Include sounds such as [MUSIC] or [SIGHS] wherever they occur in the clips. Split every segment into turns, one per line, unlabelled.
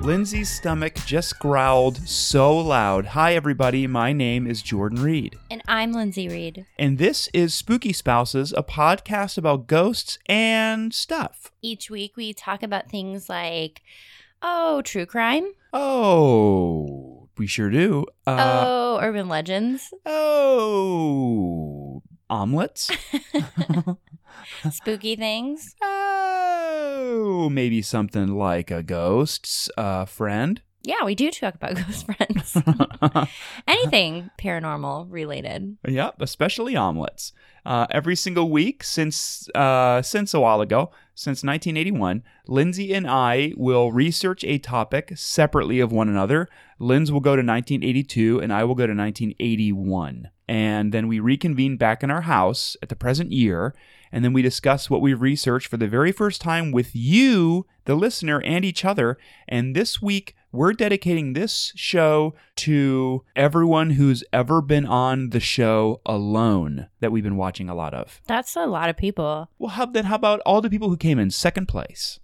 Lindsay's stomach just growled so loud. Hi, everybody. My name is Jordan Reed.
And I'm Lindsay Reed.
And this is Spooky Spouses, a podcast about ghosts and stuff.
Each week we talk about things like, oh, true crime,
Oh, we sure do. Uh,
oh,
[LAUGHS]
urban legends,
oh. omelets.
spooky things,
oh, maybe something like a ghost's uh, friend.
Yeah, we do talk about [LAUGHS] ghost friends. Anything paranormal related.
Yep, especially omelets. Uh, every single week since uh, since a while ago, since 1981, Lindsay and I will research a topic separately of one another. Linz will go to 1982, and I will go to 1981, and then we reconvene back in our house at the present year, and then we discuss what we've researched for the very first time with you, the listener, and each other. And this week, we're dedicating this show to everyone who's ever been on the show alone that we've been watching a lot of.
That's a lot of people.
Well, how, then how about all the people who came in second place?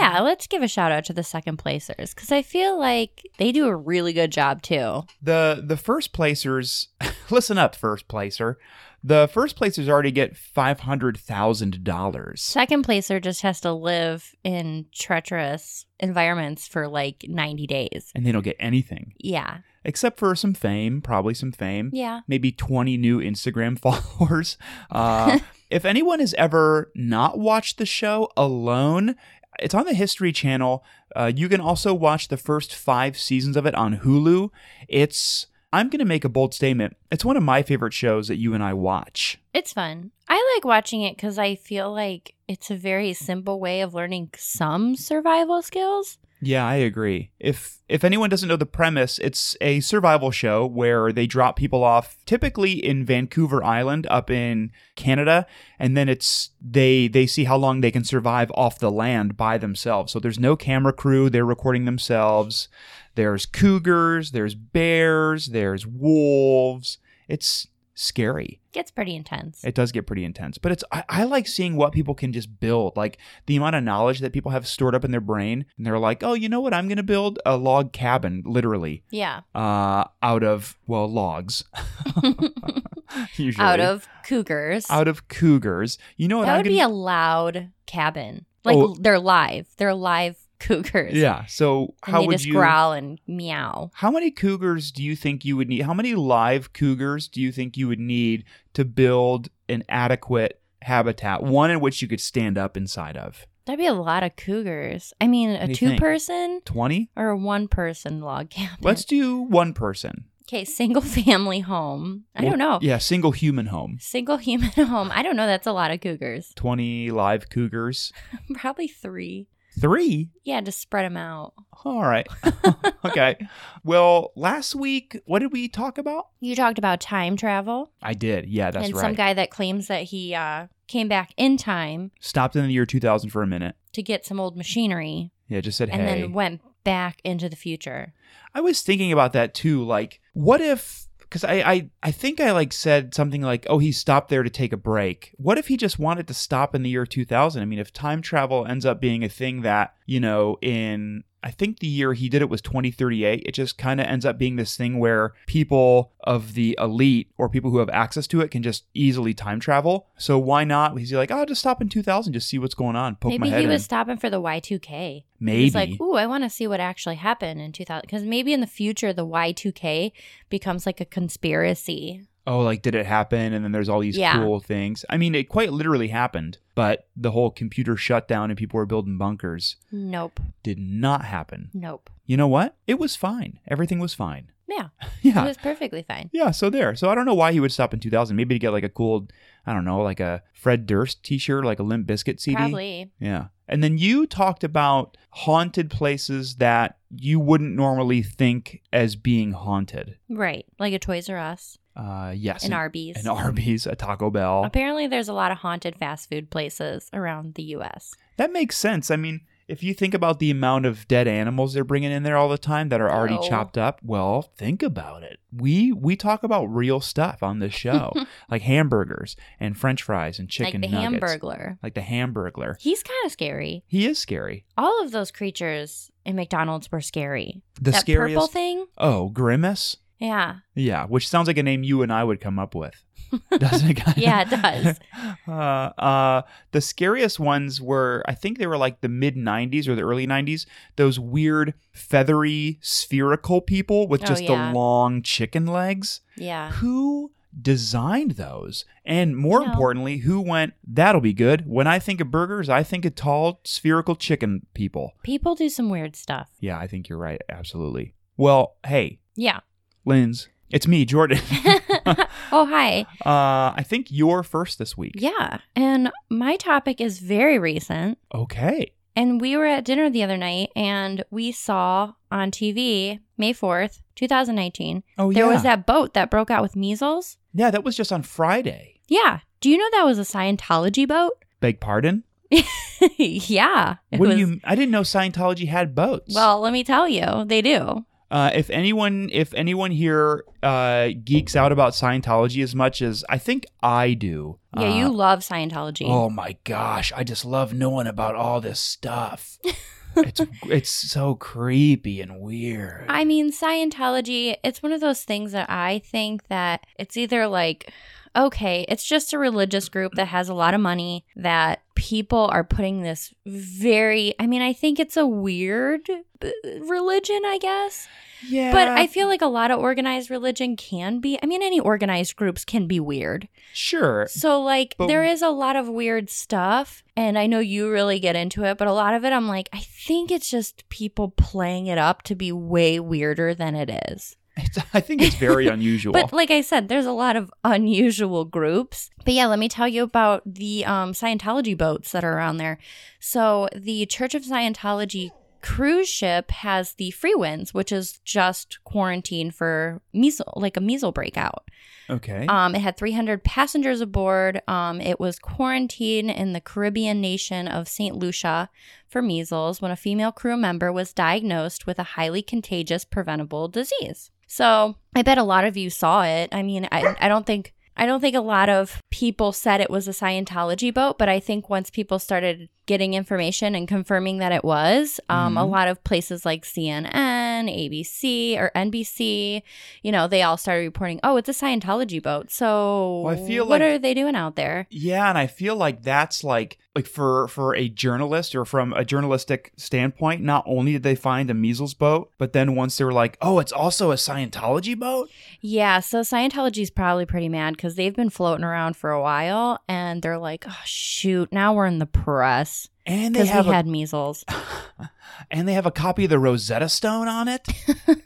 Yeah, let's give a shout out to the second placers because I feel like they do a really good job too.
the the first placers, [LAUGHS] listen up, first placer. The first placers already get five hundred thousand dollars.
Second placer just has to live in treacherous environments for like 90 days.
And they don't get anything
Yeah.
except for some fame, probably some fame.
Yeah.
maybe 20 new Instagram [LAUGHS] followers. Uh, if anyone has ever not watched the show alone, it's on the History Channel. Uh, you can also watch the first five seasons of it on Hulu. It's, I'm going to make a bold statement. It's one of my favorite shows that you and I watch.
It's fun. I like watching it because I feel like it's a very simple way of learning some survival skills.
Yeah, I agree. If if anyone doesn't know the premise, it's a survival show where they drop people off typically in Vancouver Island up in Canada and then it's they they see how long they can survive off the land by themselves. So there's no camera crew, they're recording themselves. There's cougars, there's bears, there's wolves. It's scary.
Gets pretty intense.
It does get pretty intense, but it's I, I like seeing what people can just build, like the amount of knowledge that people have stored up in their brain, and they're like, oh, you know what? I'm gonna build a log cabin, literally, [LAUGHS]
yeah.
uh, out of well logs, [LAUGHS] usually
Out of cougars.
out of cougars. You know what?
that
I'm
would
gonna,
be a loud cabin. Like
Oh.
they're live. They're live cougars.
yeah. So
And
how
they
would
just
you?
growl and meow.
How many cougars do you think you would need? How many live cougars do you think you would need to build an adequate habitat, one in which you could stand up inside of?
That'd be a lot of cougars. I mean, a
do you
two
think?
person
Twenty.
or a one person log cabin.
Let's do one person.
[LAUGHS] okay, single family home. I don't know.
Well, Yeah, single human home.
Single human [LAUGHS] home. I don't know. That's a lot of cougars.
20 live cougars.
Probably three.
Three?
Yeah, just spread them out.
All
[LAUGHS]
right. [LAUGHS] okay. Well, last week, what did we talk about?
You talked about time travel
I did. Yeah, that's
and
right.
some guy that claims that he uh, came back in time
Stopped in the year 2000 for a minute.
to get some old machinery
Yeah, just said,
and
hey.
then went back into the future.
I was thinking about that too. Like, what if. Because I, I, I think I like said something like, oh, he stopped there to take a break. What if he just wanted to stop in the year 2000? I mean, if time travel ends up being a thing that, you know, in I think the year he did it was 2038, it just kind of ends up being this thing where people of the elite or people who have access to it can just easily time travel. So why not? He's like, oh, just stop in 2000, just see what's going on, poke my
maybe
head
he was
in.
stopping for the Y2K.
Maybe.
He's like, ooh, I want to see what actually happened in 2000. Because maybe in the future, the Y2K becomes like a conspiracy.
oh, like did it happen? And then there's all these
Yeah.
cool things. I mean, it quite literally happened, but the whole computer shutdown and people were building bunkers
Nope.
did not happen.
Nope.
You know what? It was fine. Everything was fine. [LAUGHS]
Yeah.
Yeah.
It was perfectly fine.
yeah, so there. So I don't know why he would stop in 2000. Maybe to get like a cool, I don't know, like a Fred Durst t-shirt, like a Limp Biscuit CD.
Probably.
Yeah. And then you talked about haunted places that you wouldn't normally think as being haunted.
Right. Like a Toys R Us,
Uh, yes.
an Arby's.
An Arby's, a Taco Bell.
Apparently, there's a lot of haunted fast food places around the U.S.
That makes sense. I mean, if you think about the amount of dead animals they're bringing in there all the time that are already
No.
chopped up, well, think about it. We we talk about real stuff on this
[LAUGHS]
show, like hamburgers and French fries and chicken
like the
nuggets,
hamburglar.
like the Hamburglar.
He's kind of scary.
He is scary.
All of those creatures in McDonald's were scary.
The
that
scariest.
purple thing?
Oh, grimace.
Yeah.
Yeah, which sounds like a name you and I would come up
[LAUGHS]
with, doesn't it? kinda?
Yeah, it does.
uh, [LAUGHS] uh, the scariest ones were, I think they were like the mid '90s or the early '90s. Those weird, feathery, spherical people with
Oh,
just
yeah.
the long chicken legs.
Yeah.
Who designed those? And more
No.
importantly, who went? That'll be good. When I think of burgers, I think of tall, spherical chicken people.
People do some weird stuff.
Yeah, I think you're right. Absolutely. Well, hey, [LAUGHS]
Yeah. [LAUGHS]
Linz, it's me, Jordan. [LAUGHS]
oh, hi.
Uh, I think you're first this week.
Yeah. And my topic is very recent.
Okay.
And we were at dinner the other night and we saw on TV May 4th, 2019,
Oh
there
yeah.
was that boat that broke out with measles.
Yeah, that was just on Friday.
Yeah. Do you know that was a Scientology boat?
Beg pardon.
[LAUGHS] yeah. it
What
was-
do you? I didn't know Scientology had boats.
Well, let me tell you, they do.
uh, if anyone, if anyone here uh, geeks out about Scientology as much as I think I do,
Yeah,
uh,
you love Scientology.
Oh my gosh, I just love knowing about all this
[LAUGHS]
stuff. it's it's so creepy and weird.
I mean, Scientology, it's one of those things that I think that it's either like, okay, it's just a religious group that has a lot of money that people are putting this very, I mean, I think it's a weird uh, religion, I guess.
yeah,
But I feel like a lot of organized religion can be, I mean, any organized groups can be weird.
sure.
So, like,
But-
there is a lot of weird stuff, and I know you really get into it, but a lot of it, I'm like, I think it's just people playing it up to be way weirder than it is.
It's, I think it's very unusual.
[LAUGHS] But, like I said, there's a lot of unusual groups. But yeah, let me tell you about the um, Scientology boats that are around there. So, the Church of Scientology cruise ship has the free winds, which is just quarantine for measles, like a measles breakout.
okay.
Um, it had 300 passengers aboard. Um, it was quarantined in the Caribbean nation of St. Lucia for measles when a female crew member was diagnosed with a highly contagious, preventable disease. So I bet a lot of you saw it. I mean, I, I don't think. I don't think a lot of people said it was a Scientology boat, but I think once people started getting information and confirming that it was, um, a
Mhm.
lot of places like CNN, ABC, or NBC, you know, they all started reporting, oh, it's a Scientology boat. So
Well, I feel
what
like-
are they doing out there?
Yeah, and I feel like that's like like for for a journalist or from a journalistic standpoint, not only did they find a measles boat, but then once they were like, "Oh, it's also a Scientology boat?"
Yeah, so Scientology's probably pretty mad because they've been floating around for a while and they're like, oh, shoot, now we're in the press
And they
because
have
we
a,
had measles.
and they have a copy of the Rosetta Stone on
[LAUGHS]
it.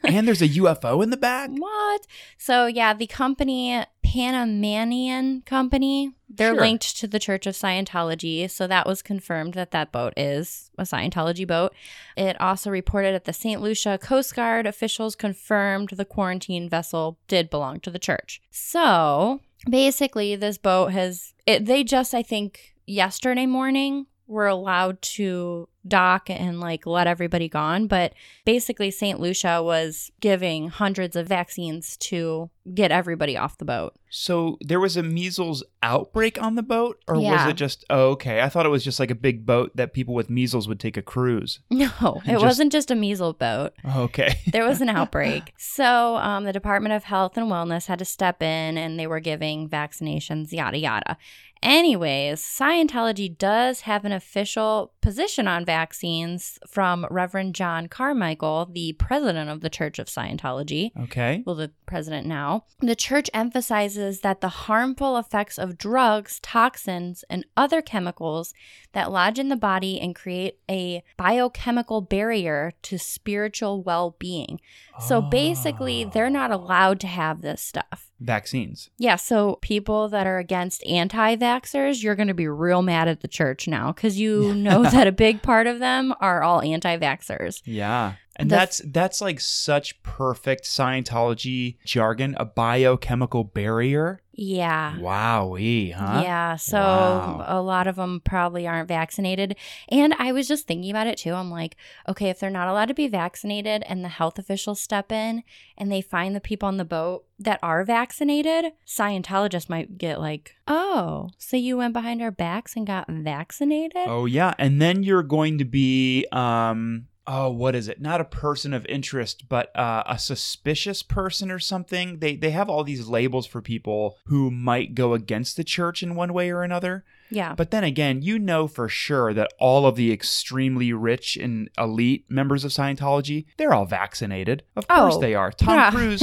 and there's a UFO in the back.
What? So, yeah, the company, Panamanian Company, they're
Sure.
linked to the Church of Scientology. So, that was confirmed that that boat is a Scientology boat. It also reported at the St. Lucia Coast Guard officials confirmed the quarantine vessel did belong to the church. So, basically, this boat has, it, they just, I think, yesterday morning were allowed to dock and like let everybody gone but basically St. Lucia was giving hundreds of vaccines to get everybody off the boat.
So there was a measles outbreak on the boat or
Yeah.
was it just oh, okay, I thought it was just like a big boat that people with measles would take a cruise.
[LAUGHS] No, it
Just-
wasn't just a measles boat.
Okay.
There [LAUGHS] was an outbreak. So, um, the Department of Health and Wellness had to step in and they were giving vaccinations, yada, yada. Anyways, Scientology does have an official position on vaccines from Reverend John Carmichael, the president of the Church of Scientology.
[LAUGHS] okay.
well, the president now, the church emphasizes that the harmful effects of drugs, toxins, and other chemicals that lodge in the body and create a biochemical barrier to spiritual well being. So basically,
Oh.
they're not allowed to have this stuff.
vaccines.
Yeah, so people that are against anti vaxxers, you're going to be real mad at the church now because you know that a big part of them are all anti vaxxers.
Yeah. And
The f-
that's that's like such perfect Scientology jargon, a biochemical barrier.
Yeah.
Wowee, huh?
Yeah, so
Wow.
a lot of them probably aren't vaccinated. And I was just thinking about it too. I'm like, okay, if they're not allowed to be vaccinated and the health officials step in and they find the people on the boat that are vaccinated, Scientologists might get like, oh, so you went behind our backs and got vaccinated?
Oh yeah, and then you're going to be um oh what is it? Not a person of interest, but uh, a suspicious person or something. They they have all these labels for people who might go against the church in one way or another.
Yeah.
But then again, you know for sure that all of the extremely rich and elite members of Scientology, they're all vaccinated. Of course
Oh,
they are. Tom
Yeah. [LAUGHS]
Cruise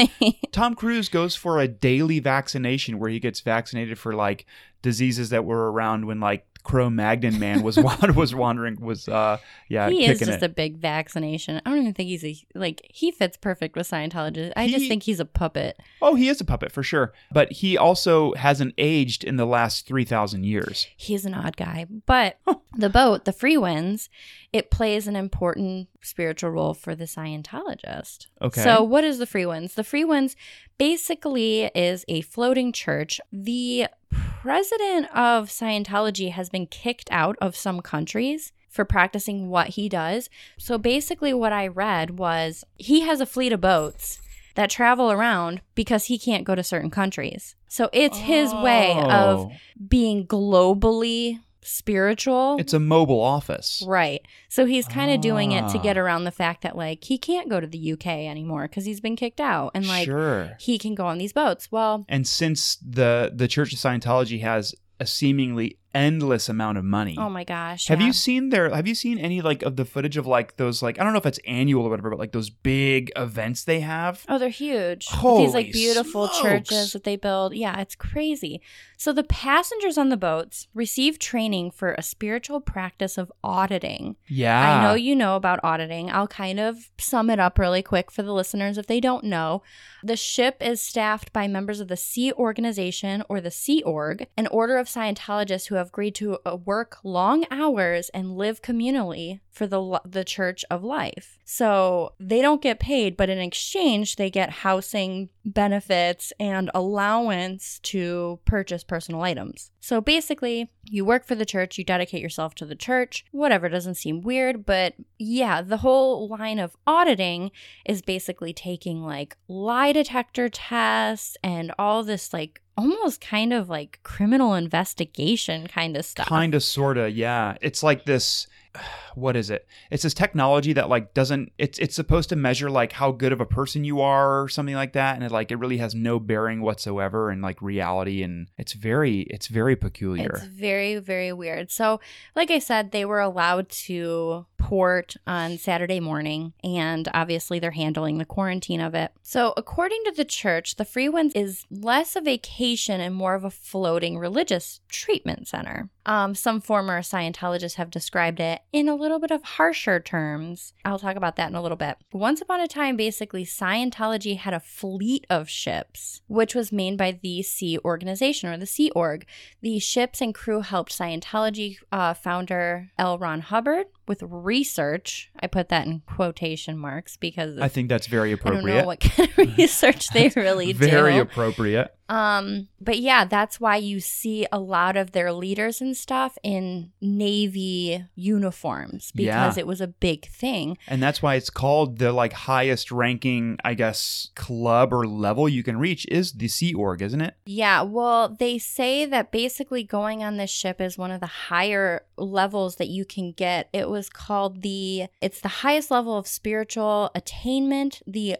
Tom Cruise goes for a daily vaccination where he gets vaccinated for like diseases that were around when like Cro-Magnon man was [LAUGHS] wa- was wandering was uh yeah
he is
kicking
just
it.
a big vaccination. I don't even think he's a, like, he fits perfect with Scientologists. I just
He-
think he's a puppet.
oh, he is a puppet for sure, but he also hasn't aged in the last 3000 years.
he's an odd guy.
[LAUGHS]
But the boat, the free winds, it plays an important spiritual role for the Scientologist.
Okay.
So what is the free winds? The free winds basically is a floating church. The president of Scientology has been kicked out of some countries for practicing what he does. So basically what I read was he has a fleet of boats that travel around because he can't go to certain countries. So it's his way of
Oh.
being globally spiritual.
It's a mobile office.
right. So he's kind of doing it to
Ah.
get around the fact that like he can't go to the UK anymore because he's been kicked out and like
sure.
he can go on these boats. Well,
And since the the Church of Scientology has a seemingly endless amount of money.
oh my gosh.
have
yeah.
you seen their have you seen any like of the footage of like those like I don't know if it's annual or whatever, but like those big events they have?
Oh, they're huge.
Holy
These like beautiful
smokes.
churches that they build. Yeah, it's crazy. So the passengers on the boats receive training for a spiritual practice of auditing.
Yeah.
I know you know about auditing. I'll kind of sum it up really quick for the listeners if they don't know. The ship is staffed by members of the Sea Organization or the Sea Org, an order of Scientologists who have agreed to uh, work long hours and live communally for the lo- the Church of Life. So they don't get paid, but in exchange they get housing benefits and allowance to purchase personal items. So basically, you work for the church, you dedicate yourself to the church, whatever doesn't seem weird, but yeah, the whole line of auditing is basically taking like lie detector tests and all this like almost kind of like criminal investigation kind of stuff.
kind of sorta yeah it's like this [SIGHS] what is it it's this technology that like doesn't it's it's supposed to measure like how good of a person you are or something like that and it like it really has no bearing whatsoever in like reality and it's very it's very
It's
peculiar
very, very weird. So, like I said, they were allowed to port on Saturday morning, and obviously they're handling the quarantine of it. So, according to the church, the Free Winds is less a vacation and more of a floating religious treatment center. Um, some former Scientologists have described it in a little bit of harsher terms. I'll talk about that in a little bit. Once upon a time, basically, Scientology had a fleet of ships, which was manned by the Sea Organization or the Sea Org. The ships and crew helped Scientology uh, founder L. Ron Hubbard with research. I put that in quotation marks because
i think that's very
I don't know
appropriate
what kind of [LAUGHS] research
[LAUGHS]
they really
very
do.
appropriate
Um, but yeah, that's why you see a lot of their leaders and stuff in navy uniforms because it was a big thing.
and that's why it's called the like highest ranking i guess club or level you can reach is the sea org isn't it
Yeah, well, they say that basically going on this ship is one of the higher levels that you can get. It was called the it's the highest level of spiritual attainment, the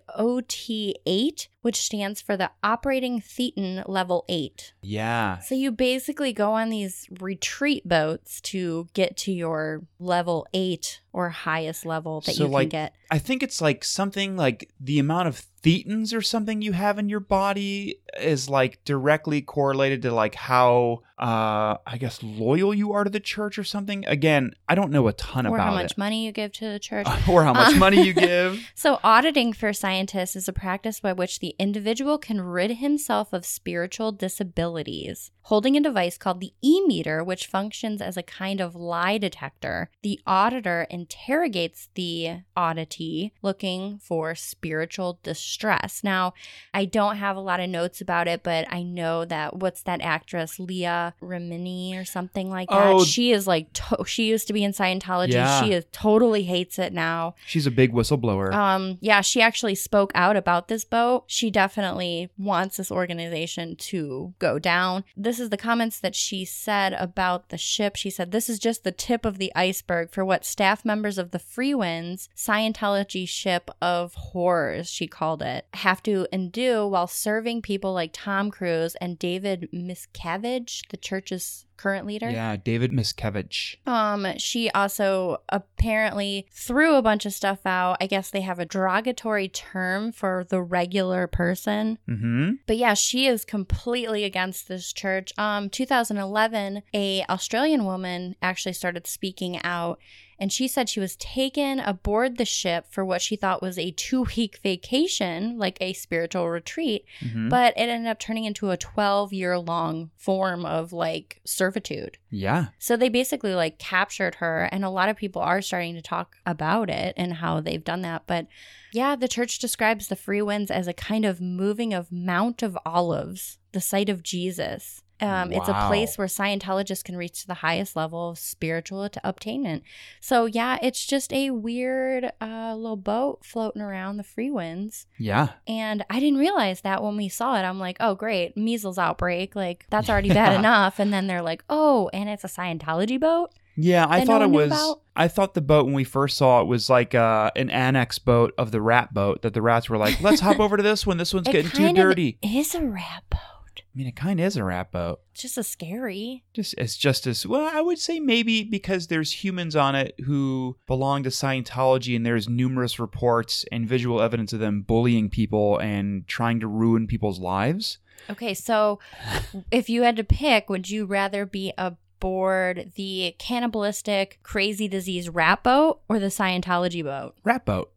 OT8, which stands for the operating thetan level 8.
yeah
So you basically go on these retreat boats to get to your level eight or highest level that
So,
you
like,
can get.
I think it's like something like the amount of thetans or something you have in your body is like directly correlated to like how uh I guess loyal you are to the church or something. Again, I don't know a ton
Or
about
how much
it.
money you give to the church.
[LAUGHS] or how much
Uh,
money
[LAUGHS]
you give.
So, auditing for scientists is a practice by which the individual can rid himself of spiritual disabilities. Holding a device called the e meter, which functions as a kind of lie detector, the auditor in interrogates the oddity looking for spiritual distress. Now, I don't have a lot of notes about it, but I know that what's that actress, Leah Remini or something like that?
Oh.
She is like, to- she used to be in Scientology.
Yeah.
She is, totally hates it now.
She's a big whistleblower.
Um, yeah, she actually spoke out about this boat. She definitely wants this organization to go down. This is the comments that she said about the ship. She said, This is just the tip of the iceberg for what staff members of the Freewinds, Scientology ship of horrors, she called it, have to endure while serving people like Tom Cruise and David Miscavige, the church's current leader.
yeah, David Miscavige.
Um, she also apparently threw a bunch of stuff out. I guess they have a derogatory term for the regular person.
Mm-hmm.
But yeah, she is completely against this church. Um, 2011, a Australian woman actually started speaking out, and she said she was taken aboard the ship for what she thought was a two-week vacation, like a spiritual retreat,
hmm
but it ended up turning into a 12-year-long form of like servitude.
yeah.
So they basically like captured her, and a lot of people are starting to talk about it and how they've done that. But yeah, the church describes the free winds as a kind of moving of Mount of Olives, the site of Jesus. Um, It's a
Wow.
place where Scientologists can reach to the highest level of spiritual t- obtainment. So yeah, it's just a weird uh, little boat floating around the free winds.
Yeah.
And I didn't realize that when we saw it. I'm like, oh, great, measles outbreak. Like, that's already bad
Yeah.
enough. And then they're like, oh, and it's a Scientology boat.
Yeah, I
that no
thought it
one knew
was.
about?
I thought the boat when we first saw it was like uh, an annex boat of the rat boat that the rats were like, let's hop over to this one. This one's
[LAUGHS] It
getting too
kind of
dirty.
Is a rat boat.
I mean, it kind of is a rat boat.
It's just a scary.
Just it's just as well. I would say maybe because there's humans on it who belong to Scientology, and there's numerous reports and visual evidence of them bullying people and trying to ruin people's lives.
Okay, so [LAUGHS] if you had to pick, would you rather be aboard the cannibalistic, crazy disease rat boat or the Scientology boat?
Rat
[LAUGHS]
boat,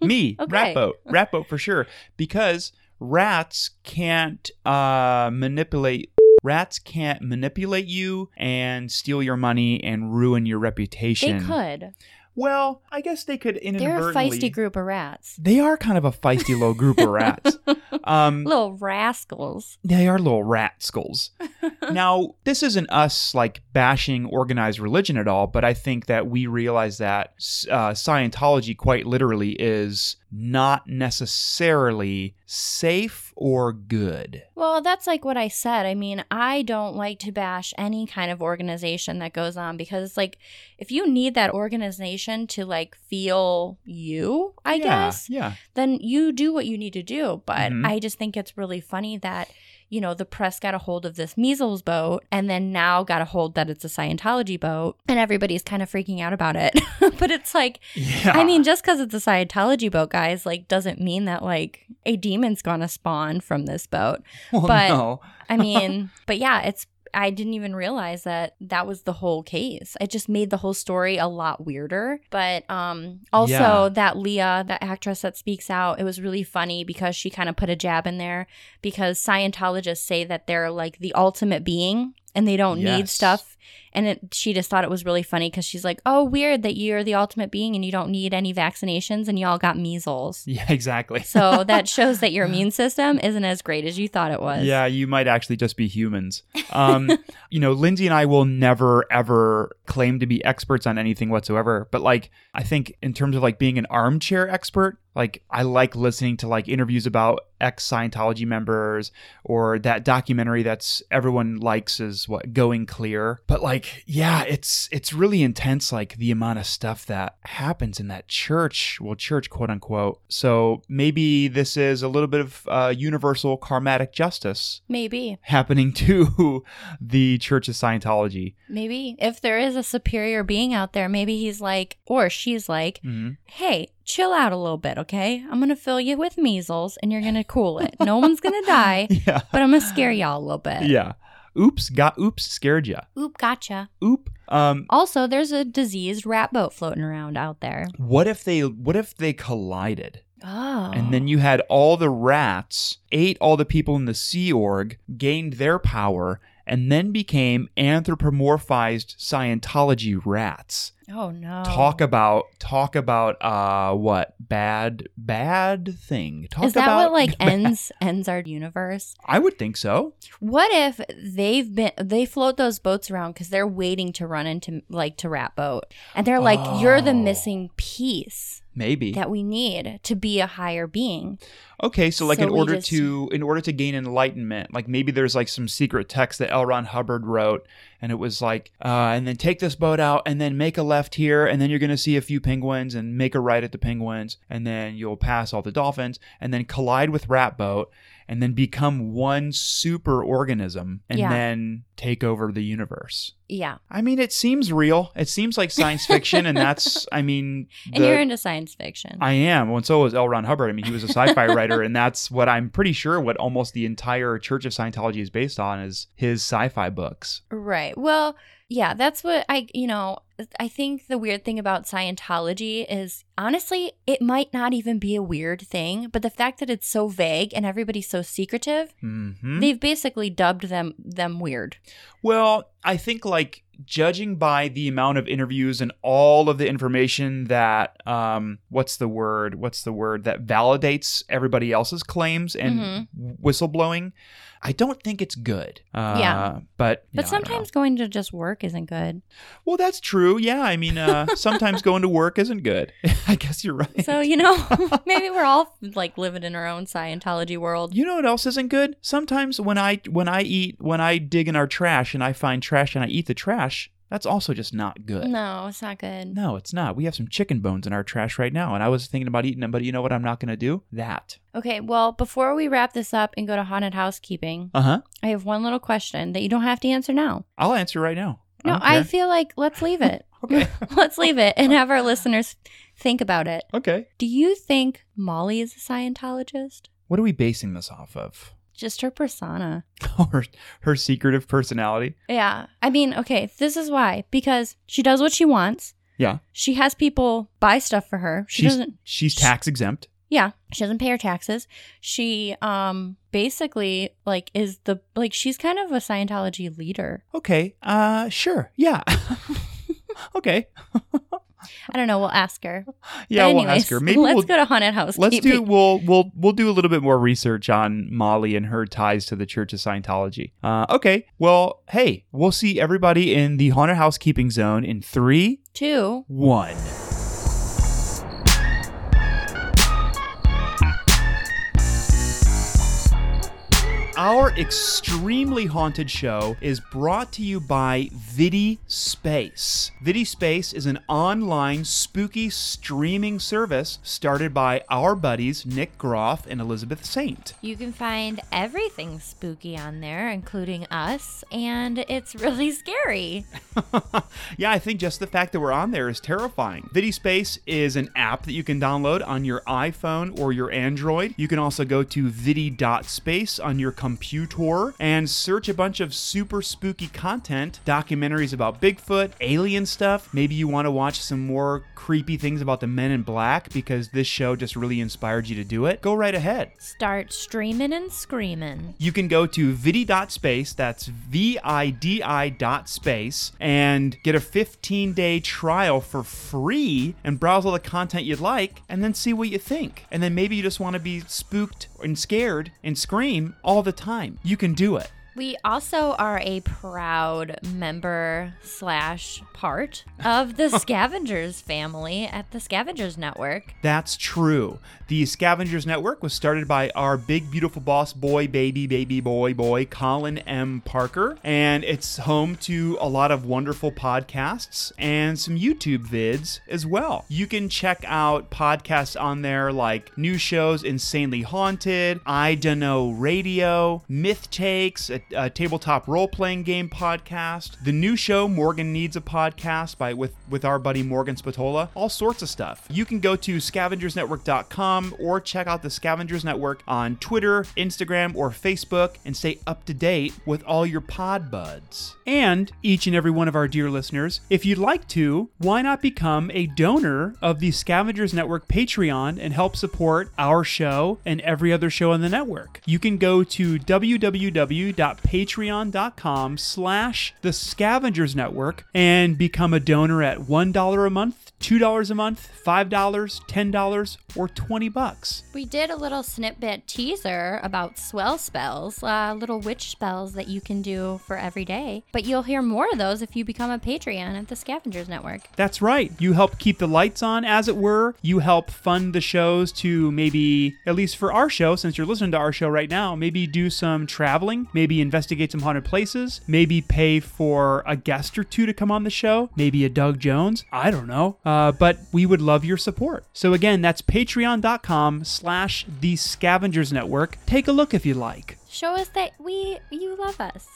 me,
Okay.
rat boat, rat boat for sure. Because rats can't uh, manipulate. Rats can't manipulate you and steal your money and ruin your reputation.
They could.
Well, I guess they could
They're a
inadvertently.
feisty group of rats.
They are kind of a feisty little group of rats.
[LAUGHS]
Um,
Little rascals.
They are little rat
[LAUGHS]
skulls. now, this isn't us like bashing organized religion at all, but I think that we realize that uh, Scientology quite literally is not necessarily safe or good.
Well, that's like what I said. I mean, I don't like to bash any kind of organization that goes on because it's like if you need that organization to like feel you, I
yeah,
guess,
Yeah. [LAUGHS]
then you do what you need to do. But
Mhm.
I just think it's really funny that, you know, the press got a hold of this measles boat and then now got a hold that it's a Scientology boat and everybody's kind of freaking out about it. [LAUGHS] but it's like
Yeah. [LAUGHS]
I mean, just because it's a Scientology boat, guys, like doesn't mean that like a demon's gonna spawn from this boat.
well,
but-
no. [LAUGHS]
I mean, [LAUGHS] but yeah, it's. I didn't even realize that that was the whole case. It just made the whole story a lot weirder. But um also
Yeah.
that Leah, the actress that speaks out, it was really funny because she kind of put a jab in there because Scientologists say that they're like the ultimate being and they don't need
Yes.
stuff. And it, she just thought it was really funny because she's like, "Oh, weird that you're the ultimate being and you don't need any vaccinations and y'all got measles."
Yeah, exactly.
So that
[LAUGHS]
shows that your immune system isn't as great as you thought it was.
Yeah, you might actually just be humans.
[LAUGHS]
Um, you know, Lindsay and I will never ever claim to be experts on anything whatsoever. But like, I think in terms of like being an armchair expert, like I like listening to like interviews about ex Scientology members or that documentary that's everyone likes is what Going Clear. But like, yeah, it's it's really intense. Like the amount of stuff that happens in that church, well, church quote unquote. So maybe this is a little bit of uh, universal karmatic justice [LAUGHS]
Maybe.
happening [LAUGHS] to the Church of Scientology.
Maybe if there is a superior being out there, maybe he's like, or she's like,
Mm.
hey, chill out a little bit, okay? I'm gonna fill you with measles and you're gonna cool it. No one's gonna die,
[LAUGHS] [LAUGHS] Yeah.
but I'm gonna scare y'all a little bit.
Yeah. Oops, got oops, scared ya.
Oop, gotcha.
Oop. Um
Also, there's a diseased rat boat floating around out there.
what if they what if they collided
Oh.
and then you had all the rats ate all the people in the Sea Org, gained their power, and then became anthropomorphized Scientology rats.
Oh no.
Talk about talk about uh what bad bad thing. Talk
Is that
about
what like
[LAUGHS]
ends ends our universe?
I would think so.
What if they've been they float those boats around because they're waiting to run into like to rat boat, and they're like, "You're the
Oh.
missing piece
Maybe.
that we need to be a higher being."
Okay, so like
So
in
we
order
just-
to in order to gain enlightenment, like maybe there's like some secret text that L. Ron Hubbard wrote, and it was like, uh, and then take this boat out, and then make a left here, and then you're gonna see a few penguins, and make a right at the penguins, and then you'll pass all the dolphins, and then collide with Rat Boat, and then become one super organism, and
Yeah.
then take over the universe.
Yeah,
I mean, it seems real. It seems like science fiction, and that's I mean,
[LAUGHS] and
the-
you're into science fiction.
I am. Well, and so was L. Ron Hubbard. I mean, he was a
[LAUGHS]
sci-fi writer, and that's what I'm pretty sure what almost the entire Church of Scientology is based on is his sci-fi books.
Right. Well, yeah, that's what I, you know, I think the weird thing about Scientology is honestly, it might not even be a weird thing, but the fact that it's so vague and everybody's so secretive,
hmm
they've basically dubbed them them weird.
Well, I think like judging by the amount of interviews and all of the information that um, what's the word? What's the word that validates everybody else's claims and
Mhm.
whistleblowing? I don't think it's good. Uh,
Yeah.
but yeah, I don't know.
But sometimes going to just work isn't
[LAUGHS]
good.
well, that's true. Yeah, I mean, uh, sometimes going to work isn't good. [LAUGHS] I guess you're right.
So,
[LAUGHS]
you know, [LAUGHS] maybe we're all like living in our own Scientology world.
You know what else isn't good? Sometimes when I when I eat when I dig in our trash and I find trash and I eat the trash, that's also just not good.
No, it's not good.
No, it's not. We have some chicken bones in our trash right now, and I was thinking about eating them, but you know what I'm not going to do? That.
Okay, well, before we wrap this up and go to haunted housekeeping,
Uh huh.
I have one little question that you don't have to answer now.
I'll answer right now.
No,
don't
I
care.
feel like let's leave it.
[LAUGHS] Okay.
[LAUGHS] let's leave it and have our listeners think about it.
okay.
Do you think Molly is a Scientologist?
What are we basing this off of? [LAUGHS]
Just her persona.
her, her secretive personality.
Yeah. I mean, okay, this is why. Because she does what she wants.
Yeah.
She has people buy stuff for her. She
she's
doesn't
she's tax exempt.
Yeah, she doesn't pay her taxes. She um basically like is the like she's kind of a Scientology leader.
Okay. Uh, sure. Yeah. [LAUGHS] okay.
I don't know, we'll ask her.
Yeah,
But
we'll ask
anyways,
her. Maybe
let's
we'll
go to haunted house.
Let's do we'll we'll we'll do a little bit more research on Molly and her ties to the Church of Scientology. Uh, okay, well, hey, we'll see everybody in the haunted housekeeping zone in three,
two.
one. Our extremely haunted show is brought to you by Vidi Space. Vidi Space is an online spooky streaming service started by our buddies Nick Groff and Elizabeth Saint.
You can find everything spooky on there, including us, and it's really scary.
[LAUGHS] yeah, I think just the fact that we're on there is terrifying. VidiSpace is an app that you can download on your iPhone or your Android. You can also go to vidi.space on your computer and search a bunch of super spooky content, documentaries about Bigfoot, alien stuff. Maybe you want to watch some more creepy things about the men in black because this show just really inspired you to do it. Go right ahead.
Start streaming and screaming.
You can go to vidi.space, that's V I D I dot space, and get a 15 day trial for free and browse all the content you'd like and then see what you think. And then maybe you just want to be spooked and scared and scream all the time. You can do it.
We also are a proud member slash part of the Scavengers family at the Scavengers Network.
That's true. The Scavengers Network was started by our big, beautiful boss boy, baby, baby boy, boy, Colin M. Parker. And it's home to a lot of wonderful podcasts and some YouTube vids as well. You can check out podcasts on there like new shows, Insanely Haunted, I Dunno Radio, Myth Takes, a, a tabletop role playing game podcast, the new show, Morgan Needs a Podcast, by with, with our buddy Morgan Spatola, all sorts of stuff. You can go to scavengersnetwork.com or check out the Scavengers Network on Twitter, Instagram, or Facebook and stay up to date with all your pod buds. And each and every one of our dear listeners, if you'd like to, why not become a donor of the Scavengers Network Patreon and help support our show and every other show on the network? You can go to www.patreon.com patreon.com slash the scavengers network and become a donor at $1 a month, $2 a month, $5, $10, or 20 bucks.
We did a little snippet teaser about swell spells, uh, little witch spells that you can do for every day. But you'll hear more of those if you become a Patreon at the Scavengers Network.
That's right. You help keep the lights on, as it were. You help fund the shows to maybe, at least for our show, since you're listening to our show right now, maybe do some traveling, maybe investigate some haunted places, maybe pay for a guest or two to come on the show, maybe a Doug Jones. I don't know. Uh, but we would love your support. So again, that's patreon.com slash the scavengers network. Take a look if you like.
Show us that we you love us.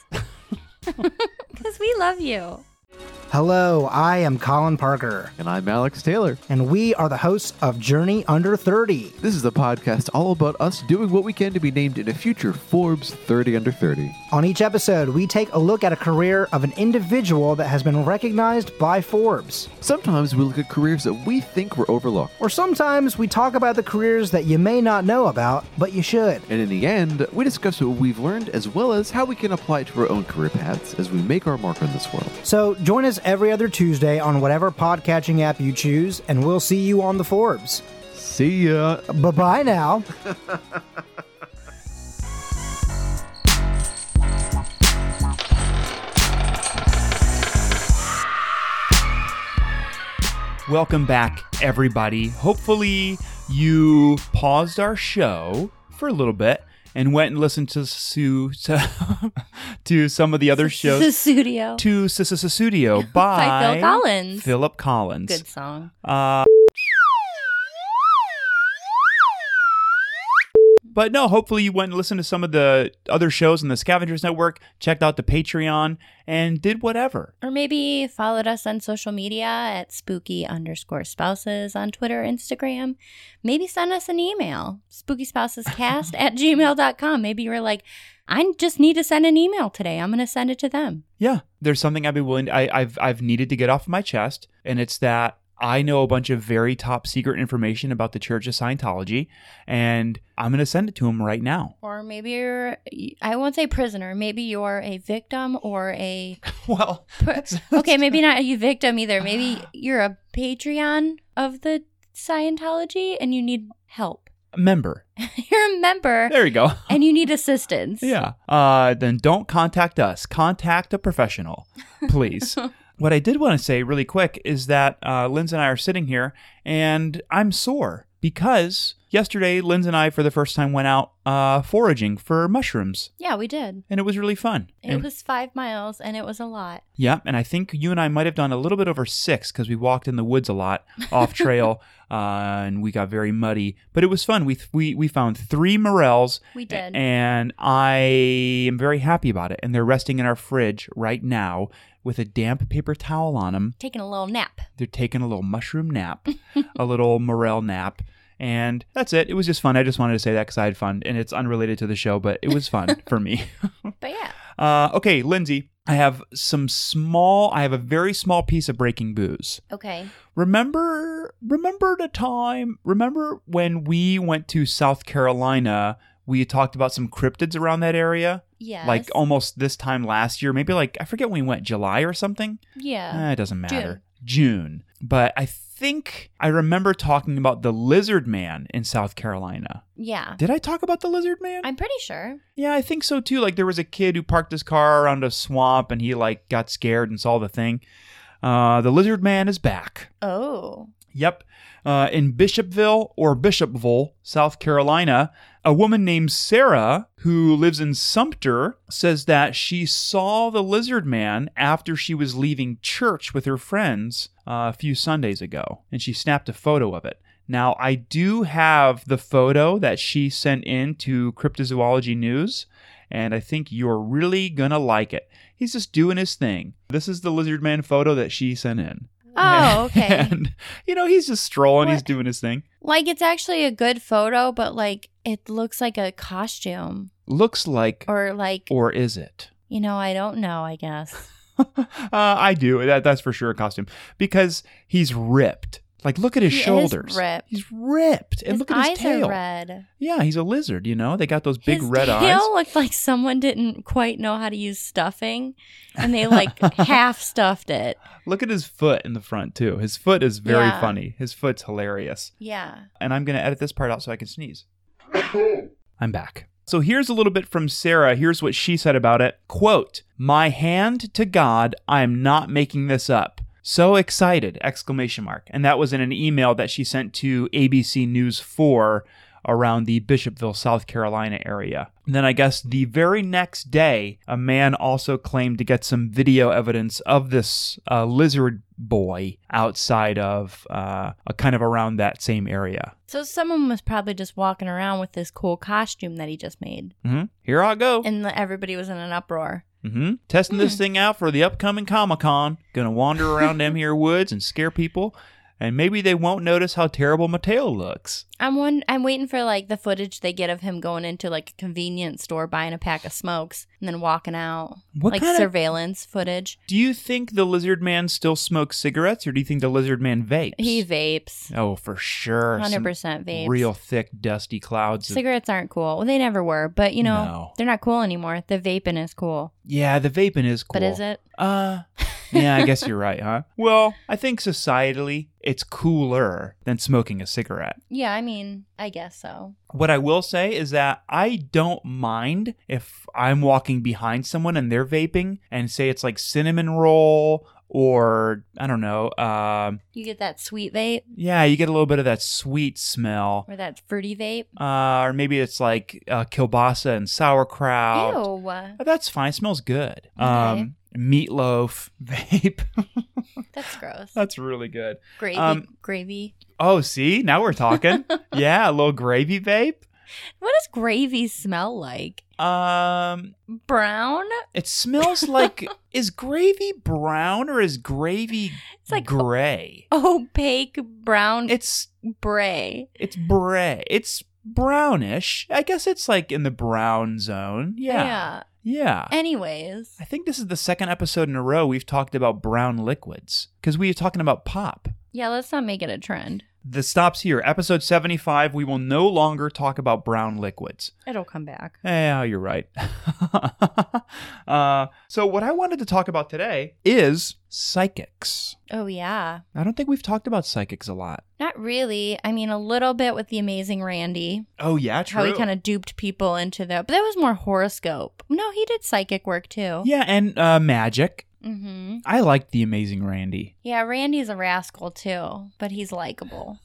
Because we love you.
Hello, I am Colin Parker,
And I'm Alex Taylor.
and we are the hosts of Journey Under 30.
This is a podcast all about us doing what we can to be named in a future Forbes 30 Under 30.
On each episode, we take a look at a career of an individual that has been recognized by Forbes.
Sometimes we look at careers that we think were overlooked,
Or sometimes we talk about the careers that you may not know about, but you should.
and in the end, we discuss what we've learned as well as how we can apply it to our own career paths as we make our mark on this world.
So join us every other Tuesday on whatever podcatching app you choose, and we'll see you on the Forbes.
See ya.
Bye bye now.
Welcome back, everybody. Hopefully, you paused our show for a little bit and went and listened to Sue to, [LAUGHS] to some of the other
The
shows.
studio.
To Studio by,
[LAUGHS] By Phil Collins.
Philip Collins.
Good song.
But no, hopefully you went and listened to some of the other shows in the Scavengers Network, checked out the Patreon, and did whatever.
Or maybe followed us on social media at spooky underscore spouses on Twitter, Instagram. Maybe send us an email, spookyspousescast at gmail.com. Maybe you're like, I just need to send an email today. I'm going to send it to them.
Yeah, there's something I've been willing. I, I've I've needed to get off my chest, and it's that I know a bunch of very top secret information about the Church of Scientology, and I'm gonna send it to him right now.
Or maybe you're, I won't say prisoner, maybe you're a victim or a,
Well,
okay, maybe not a victim
[SIGHS]
either. Maybe you're a Patreon of the Scientology and you need help. [LAUGHS]
member.
You're a member
There you go.
and you need assistance.
Yeah. Uh, then don't contact us. Contact a professional, please. what I did want to say really quick is that uh, Linz and I are sitting here, and I'm sore because yesterday Linz and I, for the first time, went out uh, foraging for mushrooms,
Yeah, we did.
and it was really fun.
It
And-
was five miles and it was a lot.
Yeah, and I think you and I might have done a little bit over six because we walked in the woods a
[LAUGHS]
lot off trail, uh, and we got very muddy. But it was fun. We we we found three morels.
We
a-
did.
and I am very happy about it. And they're resting in our fridge right now with a damp paper towel on them.
Taking a little nap.
They're taking a little mushroom
[LAUGHS]
nap, a little morel nap. And that's it. It was just fun. I just wanted to say that because I had fun, and it's unrelated to the show, but it was
[LAUGHS]
fun for me.
But yeah,
Uh, okay, Lindsay, I have some small. I have a very small piece of breaking booze.
okay.
Remember, remember the time. Remember when we went to South Carolina. We talked about some cryptids around that area,
Yes.
like almost this time last year. Maybe like I forget when we went, July or something.
yeah.
Eh, it doesn't matter. June, but I think I remember talking about the lizard man in South Carolina.
yeah.
Did I talk about the lizard man?
I'm pretty sure.
Yeah, I think so too. Like there was a kid who parked his car around a swamp and he like got scared and saw the thing. Uh, the lizard man is back. [LAUGHS]
Oh.
Yep. Uh, in Bishopville or Bishopville, South Carolina, a woman named Sarah, who lives in Sumter, says that she saw the lizard man after she was leaving church with her friends uh, a few Sundays ago, and she snapped a photo of it. Now, I do have the photo that she sent in to Cryptozoology News, and I think you're really going to like it. He's just doing his thing. This is the lizard man photo that she sent in.
Oh, okay.
[LAUGHS] And, you know, he's just strolling, he's
What?
doing his thing.
like it's actually a good photo, but like it looks like a costume
Looks like, or,
or like,
is it? [LAUGHS]
you know, I don't know, I guess.
uh, I do. That, that's for sure a costume because he's ripped. Like, look at his
He is
shoulders.
ripped.
He's ripped, and
his
look at
eyes
his tail.
are red.
Yeah, he's a lizard. You know, they got those big
his
red
tail
eyes.
looked like someone didn't quite know how to use stuffing, and
[LAUGHS]
they like half stuffed it.
Look at his foot in the front too. His foot is very
Yeah.
funny. His foot's hilarious.
Yeah.
And I'm gonna edit this part out so I can sneeze. I'm back. So here's a little bit from Sarah. Here's what she said about it. Quote, My hand to God, I am not making this up. So excited, exclamation mark. And that was in an email that she sent to ABC News 4 around the Bishopville, South Carolina area. And then I guess the very next day, a man also claimed to get some video evidence of this uh, lizard boy outside of uh, a kind of around that same area.
So someone was probably just walking around with this cool costume that he just made,
hmm Here I go.
and the, everybody was in an uproar.
Mm-hmm. Testing
Hmm.
this thing out for the upcoming Comic Con. Gonna wander around them here woods and scare people, and maybe they won't notice how terrible my tail looks.
I'm one. I'm waiting for like the footage they get of him going into like a convenience store, buying a pack of smokes, and then walking out.
What
like
kind of-
surveillance footage.
Do you think the lizard man still smokes cigarettes, or do you think the lizard man vapes?
He vapes.
oh, for sure, Some
100% vapes.
Real thick, dusty clouds. of-
Cigarettes aren't cool. Well, they never were, but you know
No.
they're not cool anymore. The vaping is cool,
yeah, the vaping is cool.
but is it?
Uh,
[LAUGHS]
yeah, I guess you're right, huh? Well, I think societally, it's cooler than smoking a cigarette.
Yeah, I mean, I guess so.
What I will say is that I don't mind if I'm walking behind someone and they're vaping and say it's like cinnamon roll or I don't know. Um,
You get that sweet vape
yeah, you get a little bit of that sweet smell.
or that fruity vape.
Uh, or maybe it's like uh, kielbasa and sauerkraut.
Ew,
Uh, That's fine. It smells good.
Okay.
Um, meatloaf [LAUGHS] vape.
that's gross.
That's really good.
gravy,
um,
gravy.
Oh, see, now we're
[LAUGHS]
talking. yeah, a little gravy vape.
What does gravy smell like?
Um,
Brown?
It smells
[LAUGHS]
like is gravy brown or is gravy
It's like
gray?
opaque brown
It's
bray.
it's bray. It's brownish. I guess it's like in the brown zone. Yeah. Yeah.
Anyways,
I think this is the second episode in a row we've talked about brown liquids cuz we were talking about pop.
yeah. Let's not make it a trend.
This stops here. Episode 75, we will no longer talk about brown liquids.
It'll come back.
Yeah, you're right. [LAUGHS] uh, so, what I wanted to talk about today is psychics.
Oh yeah.
I don't think we've talked about psychics a lot.
Not really. I mean, a little bit with the amazing Randy,
Oh yeah,
how he kind of duped people into that. But that was more horoscope. No, he did psychic work too.
yeah, and uh, magic.
Mm-hmm.
I liked the Amazing Randy,
Yeah, Randy's a rascal too, but he's likable.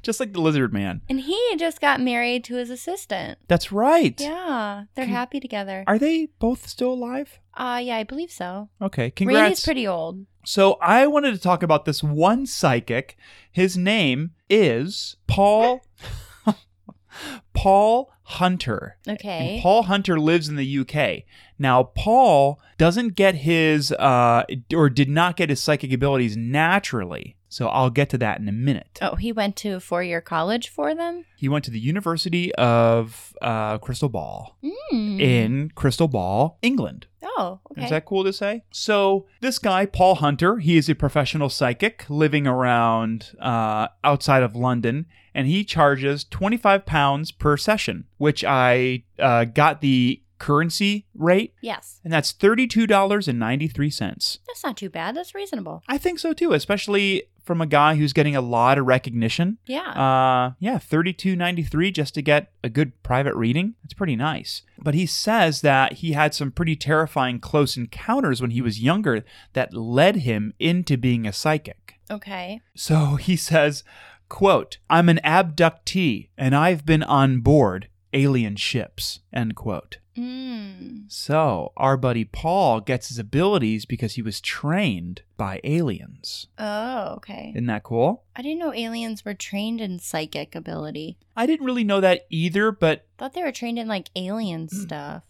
just like the Lizard Man.
And he just got married to his assistant.
That's right.
Yeah, they're
Con-
happy together.
Are they both still alive?
Uh, yeah, I believe so.
Okay, congrats.
Randy's pretty old.
so I wanted to talk about this one psychic. His name is
[LAUGHS]
Paul. Paul Hunter. And
Okay.
Paul Hunter lives in the UK. Now, Paul doesn't get his, uh, or did not get his psychic abilities naturally. So I'll get to that in a minute.
oh, he went to four year college for them?
He went to the University of uh, Crystal Ball
Mm.
in Crystal Ball, England.
oh, okay.
Is that cool to say? So, this guy, Paul Hunter, he is a professional psychic living around uh, outside of London, and he charges 25 pounds per session, which I uh, got the currency rate,
yes.
and that's $32.93.
That's not too bad. That's reasonable.
I think so too, especially from a guy who's getting a lot of recognition.
Yeah.
Uh, yeah, thirty-two ninety-three just to get a good private reading. That's pretty nice. But he says that he had some pretty terrifying close encounters when he was younger that led him into being a psychic.
okay.
So he says, "quote I'm an abductee, and I've been on board alien ships." End quote.
Mm.
So our buddy Paul gets his abilities because he was trained by aliens.
Oh, okay.
Isn't that cool?
I didn't know aliens were trained in psychic ability.
I didn't really know that either, but [LAUGHS]
Thought they were trained in like alien
Hmm.
stuff,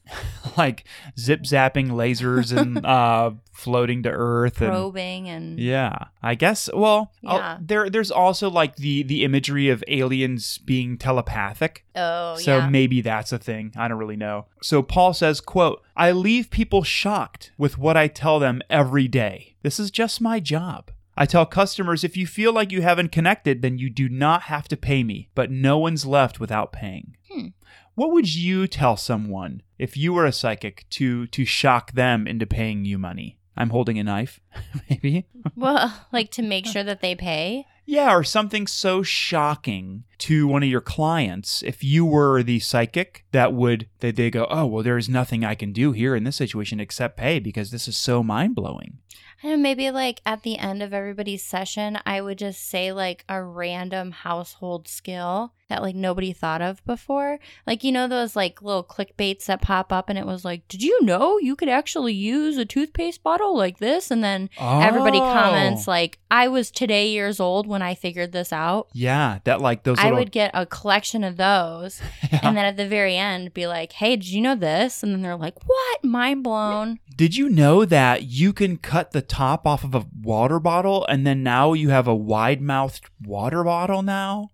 like zip zapping lasers and uh, floating to Earth and.
probing and
Yeah, I guess. Well, I'll-
Yeah.
there there's also like the the imagery of aliens being telepathic.
oh
so
[LAUGHS] yeah.
maybe that's a thing. I don't really know. So Paul says, "quote I leave people shocked with what I tell them every day. This is just my job. I tell customers if you feel like you haven't connected, then you do not have to pay me, but no one's left without paying.
Hmm.
What would you tell someone if you were a psychic to to shock them into paying you money? I'm holding a knife, [LAUGHS] maybe.
Well,
Like to make sure that they pay.
Yeah, or something so shocking to one of your clients if you were the psychic that would that they go, "Oh, well there is nothing I can do here in this situation except pay because this is so mind-blowing."
I don't know, maybe like at the end of everybody's session, I would just say like a random household skill that like nobody thought of before. Like, you know, those like little clickbaits that pop up, and it was like, did you know you could actually use a toothpaste bottle like this? And then everybody comments,
Oh.
like, I was today years old when I figured this out.
Yeah, that like those
I
little
would get a collection
[LAUGHS]
of those. And then at the very end, be like, hey, did you know this? And then they're like, what? Mind blown. [LAUGHS]
Did you know that you can cut the top off of a water bottle and then now you have a wide mouthed water bottle now?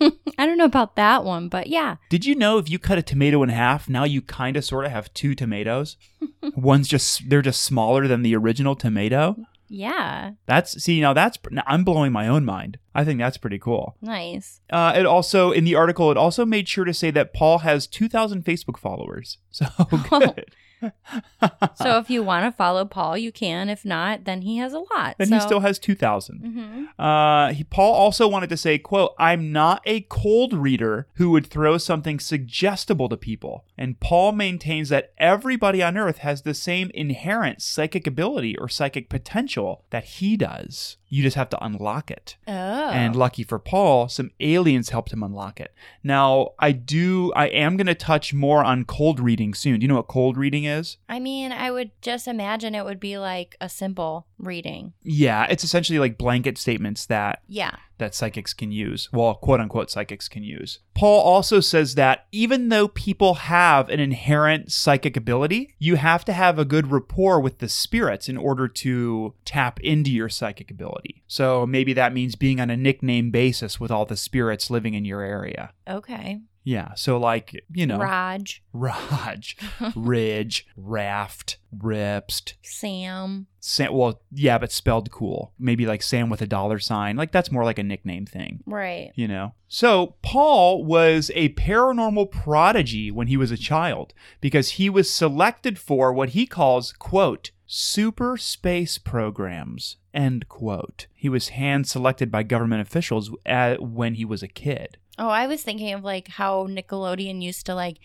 I don't know about that one, but yeah.
Did you know if you cut a tomato in half, now you kind of sort of have two
[LAUGHS]
tomatoes? One's just, they're just smaller than the original tomato.
Yeah,
That's, see, now that's, now I'm blowing my own mind. I think that's pretty cool. [LAUGHS]
nice.
Uh, it also, in the article, it also made sure to say that Paul has 2,000 Facebook followers. [LAUGHS] So good.
So if you want to follow Paul, you can. If not, then he has a lot.
Then
so.
he
[LAUGHS]
still has 2,000.
Mhm.
Uh, he, Paul also wanted to say, quote, I'm not a cold reader who would throw something suggestible to people. And Paul maintains that everybody on earth has the same inherent psychic ability or psychic potential that he does. You just have to unlock it.
Oh,
And lucky for Paul, some aliens helped him unlock it. Now, I do, I am going to touch more on cold reading soon. Do you know what cold reading is?
I mean, I would just imagine it would be like a simple reading.
Yeah, it's essentially like blanket statements that
Yeah.
that psychics can use, well, quote unquote, psychics can use. Paul also says that even though people have an inherent psychic ability, you have to have a good rapport with the spirits in order to tap into your psychic ability. So maybe that means being on a nickname basis with all the spirits living in your area.
Okay.
Yeah, so like, you know,
Raj,
[LAUGHS]
[LAUGHS]
Raj, Ridge, Raft, Ripst,
Sam.
Sam, well, yeah, but spelled cool. Maybe like Sam with a dollar sign. Like that's more like a nickname thing
Right.
you know. So, Paul was a paranormal prodigy when he was a child because he was selected for what he calls, quote, super space programs, end quote. He was hand selected by government officials uh when he was a kid.
Oh, I was thinking of like how Nickelodeon used to like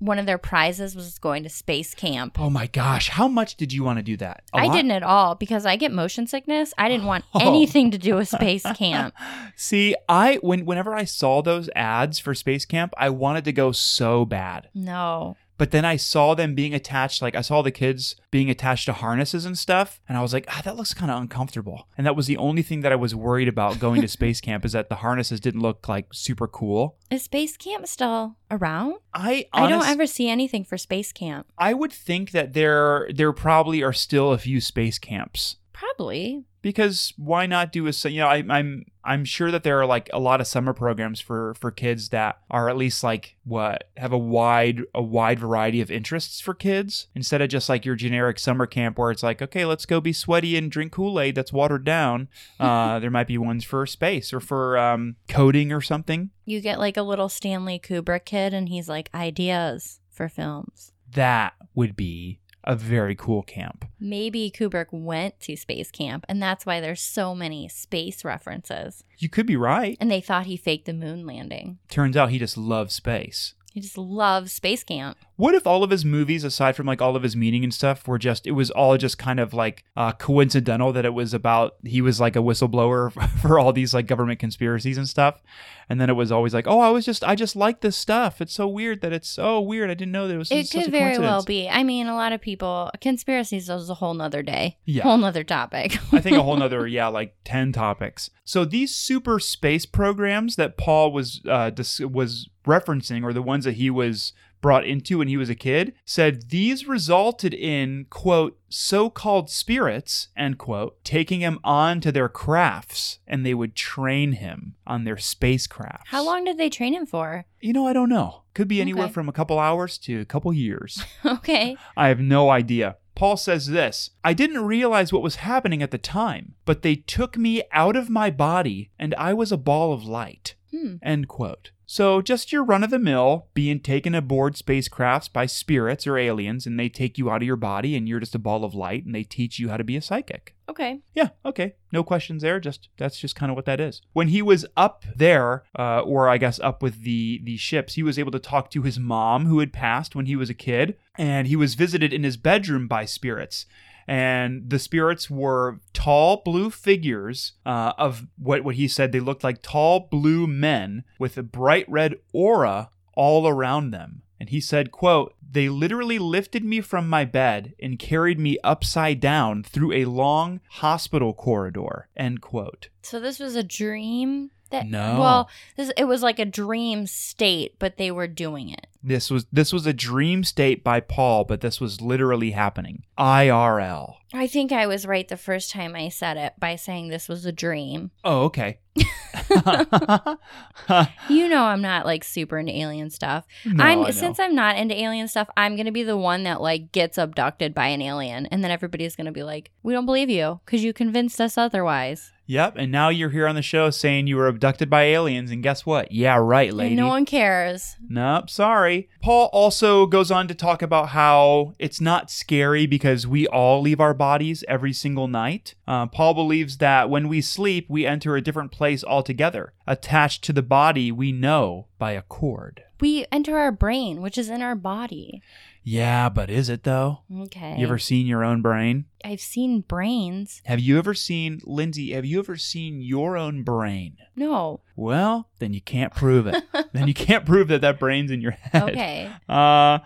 one of their prizes was going to space camp.
Oh my gosh, how much did you want to do that? I
I didn't at all because I get motion sickness. I didn't want
[LAUGHS] Oh.
anything to do
[LAUGHS]
with space camp.
See, I when whenever I saw those ads for Space Camp, I wanted to go so bad.
No.
But then I saw them being attached, like I saw the kids being attached to harnesses and stuff, and I was like, ah, that looks kind of uncomfortable. And that was the only thing that I was worried about going to space camp is that the harnesses didn't look like super cool.
Is space camp still around?
I
I don't
honest-
ever see anything for space camp.
I would think that there there probably are still a few space camps
Probably.
because why not do a s- you know I, I'm I'm sure that there are like a lot of summer programs for for kids that are at least like what have a wide a wide variety of interests for kids instead of just like your generic summer camp where it's like okay let's go be sweaty and drink Kool Aid that's watered down. Uh, there might be ones for space or for um, coding or something.
You get like a little Stanley Kubrick kid and he's like ideas for films.
That would be a very cool camp.
Maybe Kubrick went to space camp and that's why there's so many space references.
You could be right.
And they thought he faked the moon landing.
Turns out he just loves space.
He just loves space camp.
What if all of his movies, aside from like all of his meeting and stuff, were just it was all just kind of like uh, coincidental that it was about he was like a whistleblower [LAUGHS] for all these like government conspiracies and stuff, and then it was always like, oh, I was just I just like this stuff. It's so weird that it's so weird. I didn't know there was.
It
such
could
a
very well
coincidence."
be. I mean, a lot of people, conspiracies is a whole nother day,
Yeah.
whole nother topic.
[LAUGHS] I
[LAUGHS]
think a whole nother, yeah, like 10 topics. So these super space programs that Paul was uh, dis- was referencing or the ones that he was brought into when he was a kid said these resulted in quote so-called spirits end quote taking him on to their crafts and they would train him on their spacecraft
How long did they train him for? [LAUGHS]
you know i don't know could be anywhere
Okay.
from a couple hours to a couple years
Okay.
i have no idea Paul says this I didn't realize what was happening at the time, but they took me out of my body and I was a ball of light.
Hmm.
End quote. So, just your run of the mill being taken aboard spacecrafts by spirits or aliens, and they take you out of your body and you're just a ball of light and they teach you how to be a psychic.
Okay.
Yeah, okay. No questions there. Just that's just kind of what that is. When he was up there, uh, or I guess up with the the ships, he was able to talk to his mom who had passed when he was a kid, and he was visited in his bedroom by spirits. And the spirits were tall blue figures uh, of what what he said they looked like tall blue men with a bright red aura all around them. And he said, quote, They literally lifted me from my bed and carried me upside down through a long hospital corridor, end quote.
So this was a dream that
No.
Well, this it was like a dream state, but they were doing it.
This was this was a dream state by Paul, but this was literally happening. IRL.
I think I was right the first time I said it by saying this was a dream.
Oh, [LAUGHS] okay.
You know I'm not like super into alien stuff.
No,
I'm
I know.
since I'm not into alien stuff, I'm going to be the one that like gets abducted by an alien and then everybody's going to be like, "We don't believe you cuz you convinced us otherwise."
Yep, and now you're here on the show saying you were abducted by aliens, and guess what? Yeah, right,
And
lady.
no one cares.
Nope, sorry. Paul also goes on to talk about how it's not scary because we all leave our bodies every single night. Uh, Paul believes that when we sleep, we enter a different place altogether, attached to the body we know by a cord.
We enter our brain, which is in our body.
Yeah, but is it though?
Okay.
You ever seen your own brain?
I've seen brains.
Have you ever seen, Lindsay, have you ever seen your own brain? [LAUGHS]
No.
Well, then you can't prove
[LAUGHS]
it. then you can't prove that that brain's in your head.
Okay.
Uh,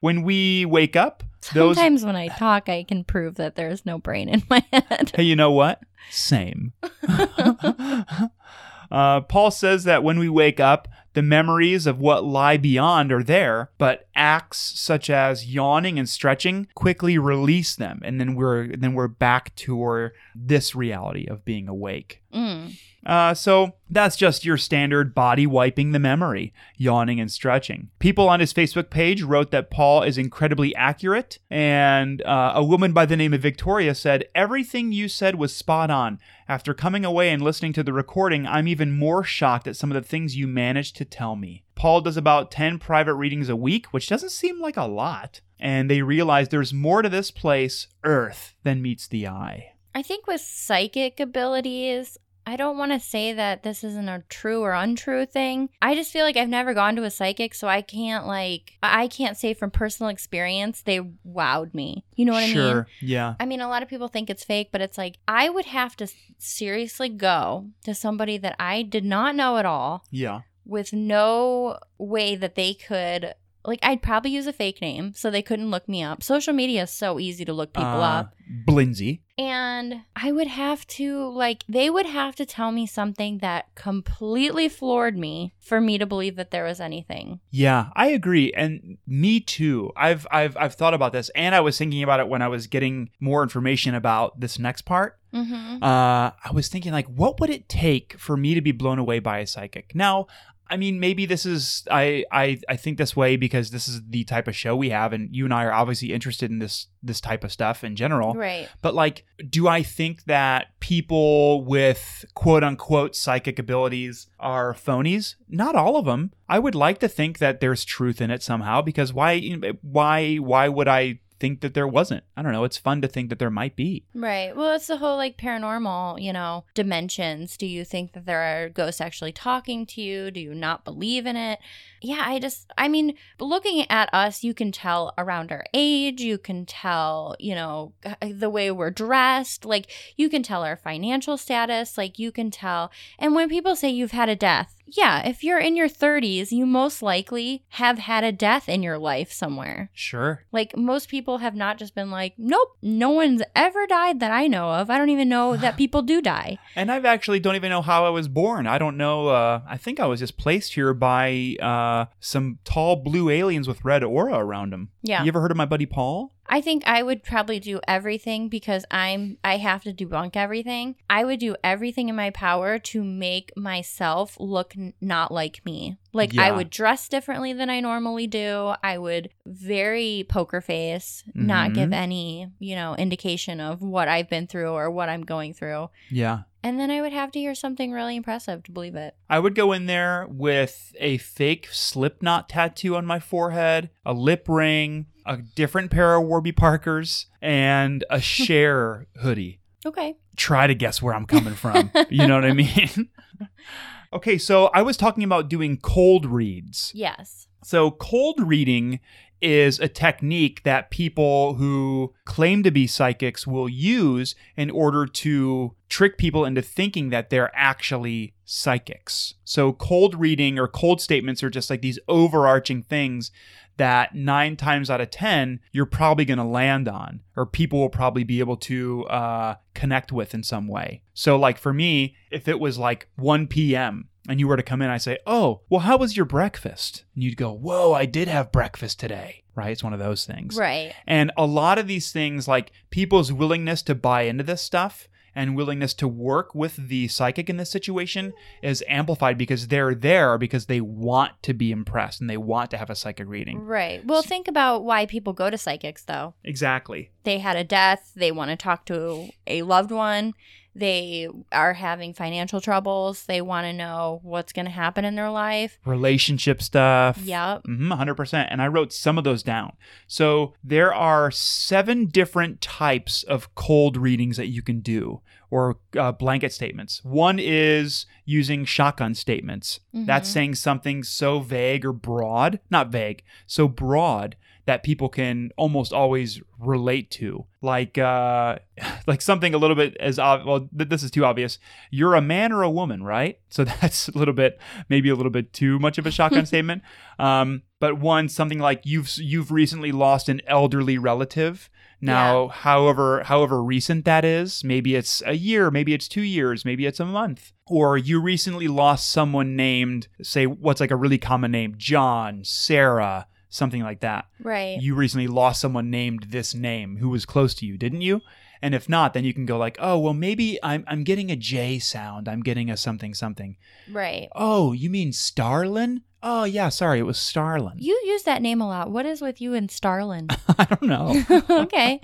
when we wake up, those.
Sometimes when I talk, I can prove that there's no brain in my [LAUGHS] head.
Hey, you know what?
[LAUGHS]
Same. [LAUGHS] uh, Paul says that when we wake up, the memories of what lie beyond are there, but acts such as yawning and stretching quickly release them, and then we're then we're back to our, this reality of being awake.
Mm.
Uh, so that's just your standard body wiping the memory, yawning and stretching. People on his Facebook page wrote that Paul is incredibly accurate, and uh, a woman by the name of Victoria said, Everything you said was spot on. After coming away and listening to the recording, I'm even more shocked at some of the things you managed to tell me. Paul does about 10 private readings a week, which doesn't seem like a lot, and they realize there's more to this place, Earth, than meets the eye.
I think with psychic abilities, I don't want to say that this isn't a true or untrue thing. I just feel like I've never gone to a psychic, so I can't like I I can't say from personal experience they wowed me. You know what
sure,
I mean?
yeah.
I mean, a lot of people think it's fake, but it's like I would have to seriously go to somebody that I did not know at all
Yeah.
with no way that they could like I'd probably use a fake name so they couldn't look me up. Social media is so easy to look people
Uh,
up.
Blinzy.
And I would have to like they would have to tell me something that completely floored me for me to believe that there was anything.
Yeah, I agree, and me too. I've I've I've thought about this, and I was thinking about it when I was getting more information about this next part.
Mhm.
Uh, I was thinking like, what would it take for me to be blown away by a psychic? Now, I mean, maybe this is I I I think this way because this is the type of show we have, and you and I are obviously interested in this this type of stuff in general.
Right.
But like, do I think that people with quote unquote psychic abilities are phonies? Not all of them. I would like to think that there's truth in it somehow because why why why would I think that there wasn't? I don't know. It's fun to think that there might be.
Right. Well, it's the whole like paranormal, you know, dimensions. Do you think that there are ghosts actually talking to you? Do you not believe in it? Yeah, I just, I mean, looking at us, you can tell around our age. You can tell, you know, the way we're dressed. Like, you can tell our financial status. Like, you can tell. And when people say you've had a death, yeah, if you're in your 30s, you most likely have had a death in your life somewhere.
Sure.
Like most people have not just been like, nope, no one's ever died that I know of. I don't even know that people do die.
And I've actually don't even know how I was born. I don't know. Uh, I think I was just placed here by uh, some tall blue aliens with red aura around them.
Yeah.
You ever heard of my buddy Paul?
I think I would probably do everything because I'm I have to debunk everything. I would do everything in my power to make myself look n- not like me. Like I
Yeah.
would dress differently than I normally do. I would very poker face,
Mhm.
not give any, you know, indication of what I've been through or what I'm going through.
Yeah.
And then I would have to hear something really impressive to believe it.
I would go in there with a fake slipknot tattoo on my forehead, a lip ring, a different pair of Warby Parkers, and a share hoodie.
Okay.
Try to guess where I'm coming from. you know what I mean? okay, so I was talking about doing cold reads.
Yes.
So, cold reading is a technique that people who claim to be psychics will use in order to trick people into thinking that they're actually psychics. So, cold reading or cold statements are just like these overarching things that nine times out of 10, you're probably going to land on, or people will probably be able to uh, connect with in some way. So, like for me, if it was like 1 p.m., and you were to come in, I say, Oh, well, how was your breakfast? And you'd go, Whoa, I did have breakfast today. Right? It's one of those things.
Right.
And a lot of these things, like people's willingness to buy into this stuff and willingness to work with the psychic in this situation is amplified because they're there because they want to be impressed and they want to have a psychic reading.
Right. Well, think about why people go to psychics though.
Exactly.
they had a death, they want to talk to a loved one, they are having financial troubles, they want to know what's going to happen in their life.
Relationship stuff.
Yep.
Mhm, 100%. And I wrote some of those down. So there are seven different types of cold readings that you can do or uh, blanket statements. One is using shotgun statements. That's saying something so vague or broad, not vague, so broad that people can almost always relate to. Like uh [LAUGHS] like something a little bit as ob- well th- this is too obvious. You're a man or a woman, right? [LAUGHS] So that's a little bit maybe a little bit too much of a shotgun statement. Um but one something like you've s- you've recently lost an elderly relative. Now, however however recent that is, maybe it's a year, maybe it's 2 years, maybe it's a month. Or you recently lost someone named say what's like a really common name, John, Sarah, something like that
Right.
you recently lost someone named this name who was close to you, didn't you? And if not, then you can go like, oh, well, maybe I'm, I'm getting a J sound. I'm getting a something something.
right.
Oh, you mean Starlin? Oh, yeah, sorry, it was Starlin.
You use that name a lot. What is with you and Starlin?
[LAUGHS]
[LAUGHS]
I don't know.
okay.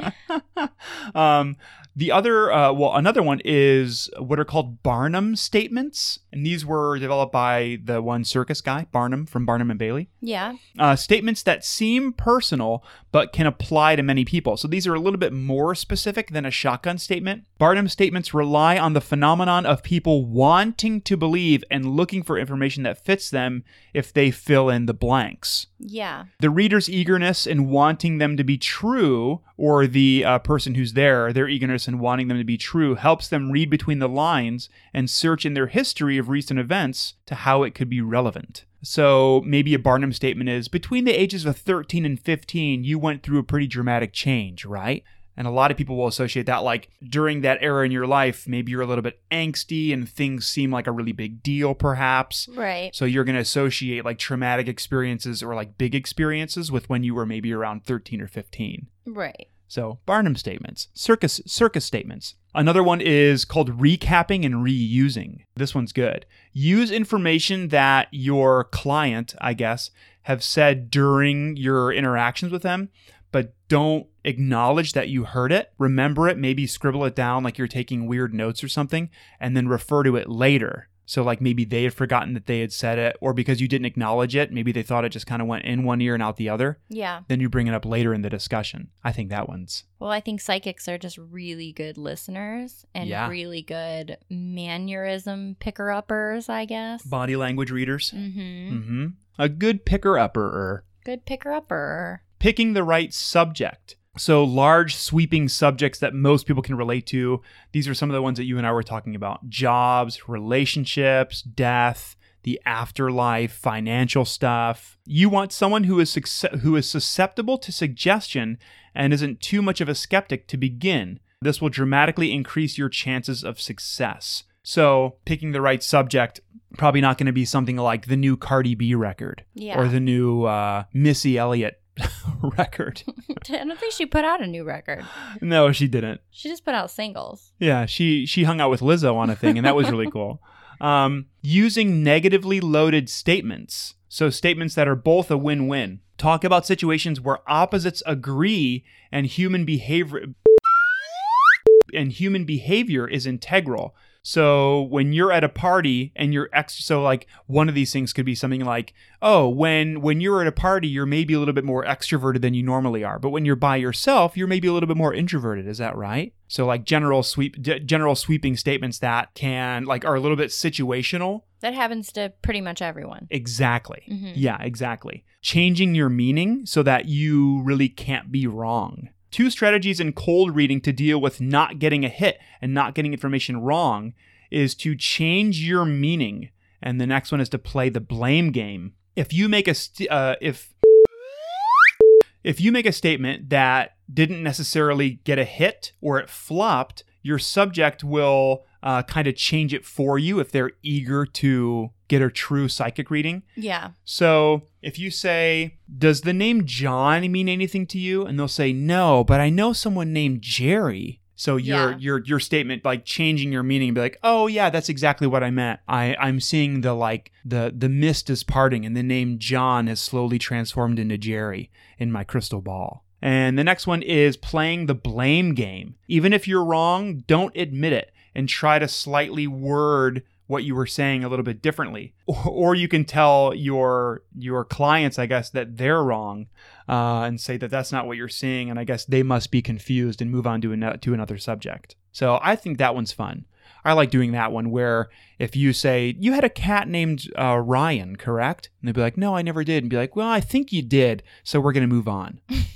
um, the other, uh, well, another one is what are called Barnum statements. And these were developed by the one circus guy, Barnum, from Barnum and Bailey.
Yeah.
uh, statements that seem personal but can apply to many people. So these are a little bit more specific than a shotgun statement. Barnum statements rely on the phenomenon of people wanting to believe and looking for information that fits them if they fill in the blanks
Yeah.
the reader's eagerness and wanting them to be true, or the uh, person who's there, their eagerness and wanting them to be true, helps them read between the lines and search in their history of recent events to how it could be relevant. So maybe a Barnum statement is between the ages of 13 and 15, you went through a pretty dramatic change, right? And a lot of people will associate that like during that era in your life, maybe you're a little bit angsty and things seem like a really big deal, perhaps.
Right.
So you're going to associate like traumatic experiences or like big experiences with when you were maybe around 13 or 15.
Right.
So Barnum statements, circus circus statements. Another one is called recapping and reusing. This one's good. Use information that your client, I guess, have said during your interactions with them, but don't acknowledge that you heard it. Remember it, maybe scribble it down like you're taking weird notes or something and then refer to it later. So like maybe they had forgotten that they had said it or because you didn't acknowledge it, maybe they thought it just kind of went in one ear and out the other
Yeah.
then you bring it up later in the discussion. I think that one's
Well, I think psychics are just really good listeners and
Yeah.
really good mannerism picker uppers, I guess.
body language readers.
mm-hmm.
Mm-hmm. A good picker upper.
Good picker upper.
Picking the right subject. So, large, sweeping subjects that most people can relate to. These are some of the ones that you and I were talking about jobs, relationships, death, the afterlife, financial stuff. You want someone who is, succe- who is susceptible to suggestion and isn't too much of a skeptic to begin. This will dramatically increase your chances of success. So, picking the right subject, probably not going to be something like the new Cardi B record
Yeah.
or the new uh, Missy Elliott [LAUGHS] record.
[LAUGHS] I don't think she put out a new record.
No, she didn't.
She just put out singles.
Yeah, she she hung out with Lizzo on a thing, and that was really cool. Um, using negatively loaded statements, so statements that are both a win-win. Talk about situations where opposites agree and human behavior and human behavior is integral. So when you're at a party and you're ex, so like one of these things could be something like, oh, when when you're at a party, you're maybe a little bit more extroverted than you normally are, but when you're by yourself, you're maybe a little bit more introverted. Is that right? So like general sweep, d- general sweeping statements that can like are a little bit situational.
That happens to pretty much everyone.
Exactly.
Mhm.
Yeah, exactly. Changing your meaning so that you really can't be wrong. Two strategies in cold reading to deal with not getting a hit and not getting information wrong is to change your meaning, and the next one is to play the blame game. If you make a st- uh, if if you make a statement that didn't necessarily get a hit or it flopped, your subject will uh, kind of change it for you if they're eager to get a true psychic reading.
Yeah.
So if you say, Does the name John mean anything to you? And they'll say, No, but I know someone named Jerry. So your
Yeah.
your your statement like changing your meaning and be like, Oh yeah, that's exactly what I meant. I, I'm seeing the like the the mist is parting and the name John has slowly transformed into Jerry in my crystal ball. And the next one is playing the blame game. Even if you're wrong, don't admit it and try to slightly word what you were saying a little bit differently. [LAUGHS] Or you can tell your your clients, I guess, that they're wrong uh, and say that that's not what you're seeing, and I guess they must be confused and move on to another to another subject. So I think that one's fun. I like doing that one where if you say you had a cat named uh, Ryan, correct? And they'd be like, "No, I never did," and be like, "Well, I think you did, so we're gonna move on." [LAUGHS]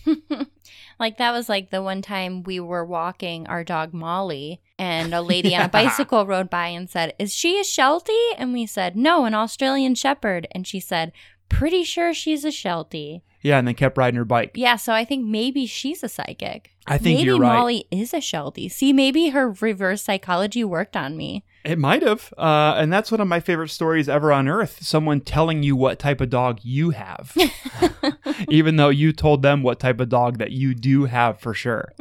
Like that was like the one time we were walking our dog Molly and a
[LAUGHS]
lady on a bicycle rode by and said, "Is she a Sheltie?" And we said, "No, an Australian Shepherd." And she said, "Pretty sure she's a Sheltie."
Yeah, and then kept riding her bike.
Yeah, so I think maybe she's a psychic.
I think
maybe
you're right.
Molly is a Sheltie. See, maybe her reverse psychology worked on me.
It might have, uh, and that's one of my favorite stories ever on earth. Someone telling you what type of dog you have, even though you told them what type of dog that you do have for sure.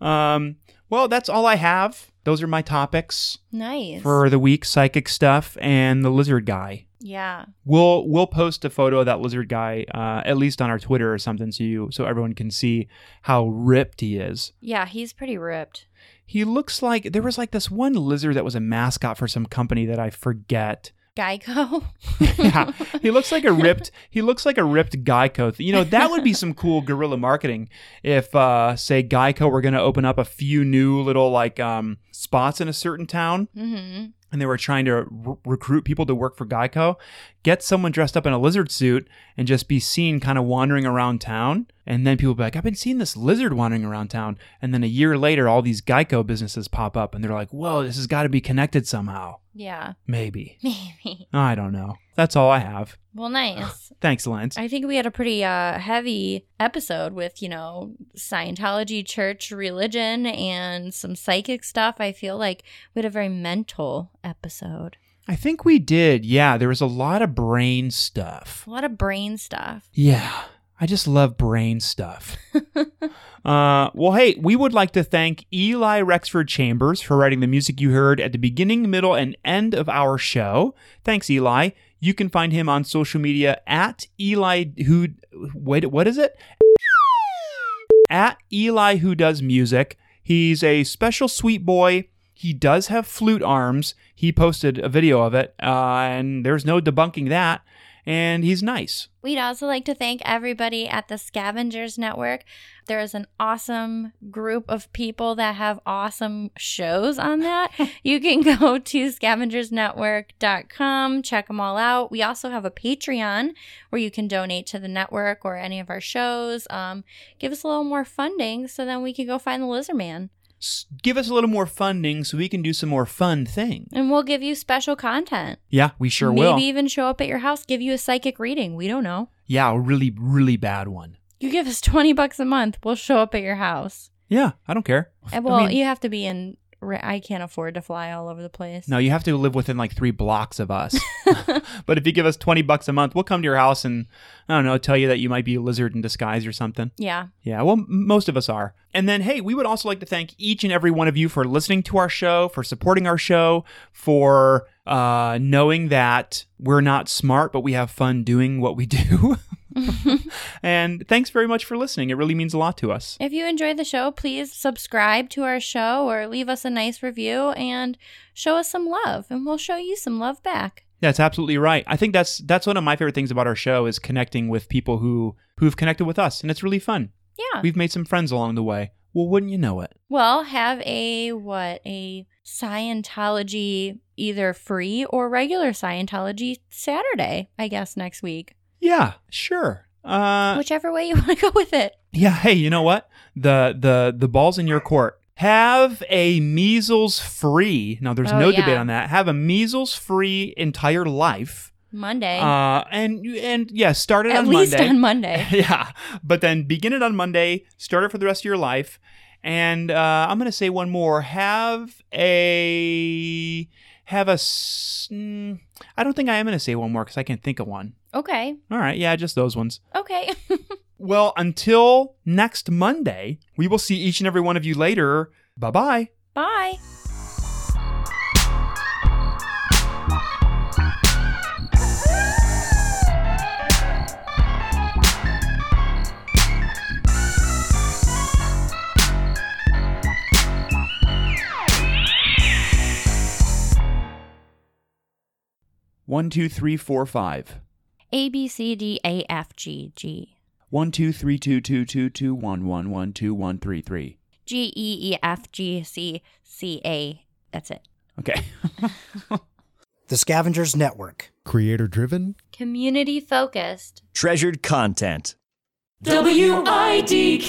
um, well, that's all I have. Those are my topics
Nice.
for the week: psychic stuff and the lizard guy.
yeah.
We'll we'll post a photo of that lizard guy uh, at least on our Twitter or something, so you so everyone can see how ripped he is.
Yeah, he's pretty ripped.
He looks like there was like this one lizard that was a mascot for some company that I forget.
Geico.
[LAUGHS] yeah, he looks like a ripped. He looks like a ripped Geico. Th- you know that would be some cool guerrilla marketing if, uh, say, Geico were going to open up a few new little like um, spots in a certain town,
mm-hmm.
and they were trying to r- recruit people to work for Geico. Get someone dressed up in a lizard suit and just be seen kind of wandering around town, and then people be like, "I've been seeing this lizard wandering around town." And then a year later, all these Geico businesses pop up, and they're like, "Whoa, this has got to be connected somehow."
Yeah, [LAUGHS]
Maybe
maybe.
I don't know. That's all I have.
Well, nice.
Thanks, Lance.
I think we had a pretty uh, heavy episode with, you know, Scientology, church, religion, and some psychic stuff. I feel like we had a very mental episode.
I think we did. Yeah, there was a lot of brain stuff.
A lot of brain stuff.
Yeah, I just love brain stuff. [LAUGHS] uh, well, hey, we would like to thank Eli Rexford Chambers for writing the music you heard at the beginning, middle, and end of our show. Thanks, Eli. You can find him on social media at Eli who. Wait, what is it? At Eli who does music. He's a special sweet boy. He does have flute arms. He posted a video of it, uh, and there's no debunking that. And he's nice.
We'd also like to thank everybody at the Scavengers Network. There is an awesome group of people that have awesome shows on
[LAUGHS]
that. you can go to scavengersnetwork.com, check them all out. We also have a Patreon where you can donate to the network or any of our shows. Um, give us a little more funding so then we can go find the Lizard Man.
s- give us a little more funding so we can do some more fun thing.
And we'll give you special content.
Yeah, we sure
Maybe
will.
even show up at your house, give you a psychic reading. We don't know.
Yeah, a really, really bad one.
You give us 20 bucks a month, we'll show up at your house.
Yeah, I don't care.
Uh,
I
Well,
mean,
you have to be in ra- I can't afford to fly all over the place.
No, you have to live within like three blocks of us. [LAUGHS] but if you give us 20 bucks a month, we'll come to your house and, I don't know, tell you that you might be a lizard in disguise or something.
Yeah.
Yeah, well, m- most of us are. And then, hey, we would also like to thank each and every one of you for listening to our show, for supporting our show, for uh, knowing that we're not smart, but we have fun doing what we do. [LAUGHS] and thanks very much for listening. It really means a lot to us.
If you enjoy the show, please subscribe to our show or leave us a nice review and show us some love, and we'll show you some love back.
That's absolutely right. I think that's that's one of my favorite things about our show is connecting with people who who've connected with us, and it's really fun.
Yeah.
We've made some friends along the way. Well, wouldn't you know it?
Well, have a what? A Scientology, either free or regular Scientology Saturday, I guess, next week.
Yeah, sure. Uh,
Whichever way you [LAUGHS] want to go with it.
Yeah, hey, you know what? The the the ball's in your court. Have a measles free. Now there's
Oh,
no
yeah.
debate on that. Have a measles free entire life.
Monday.
Uh and you- and yeah, start it
At
on
least
Monday.
on Monday.
[LAUGHS] yeah. But then begin it on Monday, start it for the rest of your life. And uh, I'm gonna say one more. Have a have a. s- mm, I don't think I am gonna say one more because I can't think of one.
Okay.
All right, yeah, just those ones.
Okay. [LAUGHS]
Well, until next Monday, we will see each and every one of you later. Bye bye.
Bye.
One, two, three, four, five.
A B C D A F G G
One, two, three, two, two, two, two, one, one, one, two, one, three, three.
G E E F G C C A. That's it.
Okay. [LAUGHS]
The Scavengers Network.
Creator driven?
Community focused.
Treasured content.
WIDK.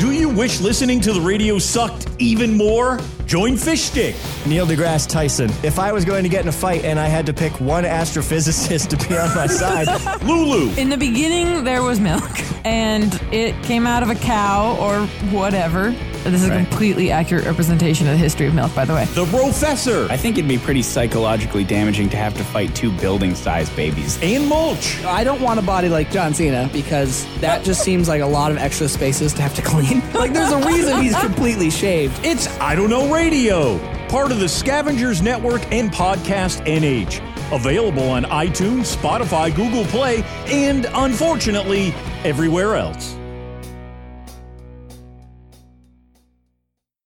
Do you wish listening to the radio sucked even more? Join Fishstick. Neil deGrasse Tyson. If I was going to get in a fight and I had to pick one astrophysicist to be on [LAUGHS] my side, Lulu.
In the beginning, there was milk, and it came out of a cow or whatever. This is a completely accurate representation of the history of milk, by the way.
The Professor.
I think it'd be pretty psychologically damaging to have to fight two building sized babies.
And Mulch.
I don't want a body like John Cena because that just seems like a lot of extra spaces to have to clean. Like, there's a reason he's
[LAUGHS]
completely shaved.
It's I Don't Know Radio, part of the Scavengers Network and Podcast NH. Available on iTunes, Spotify, Google Play, and unfortunately, everywhere else.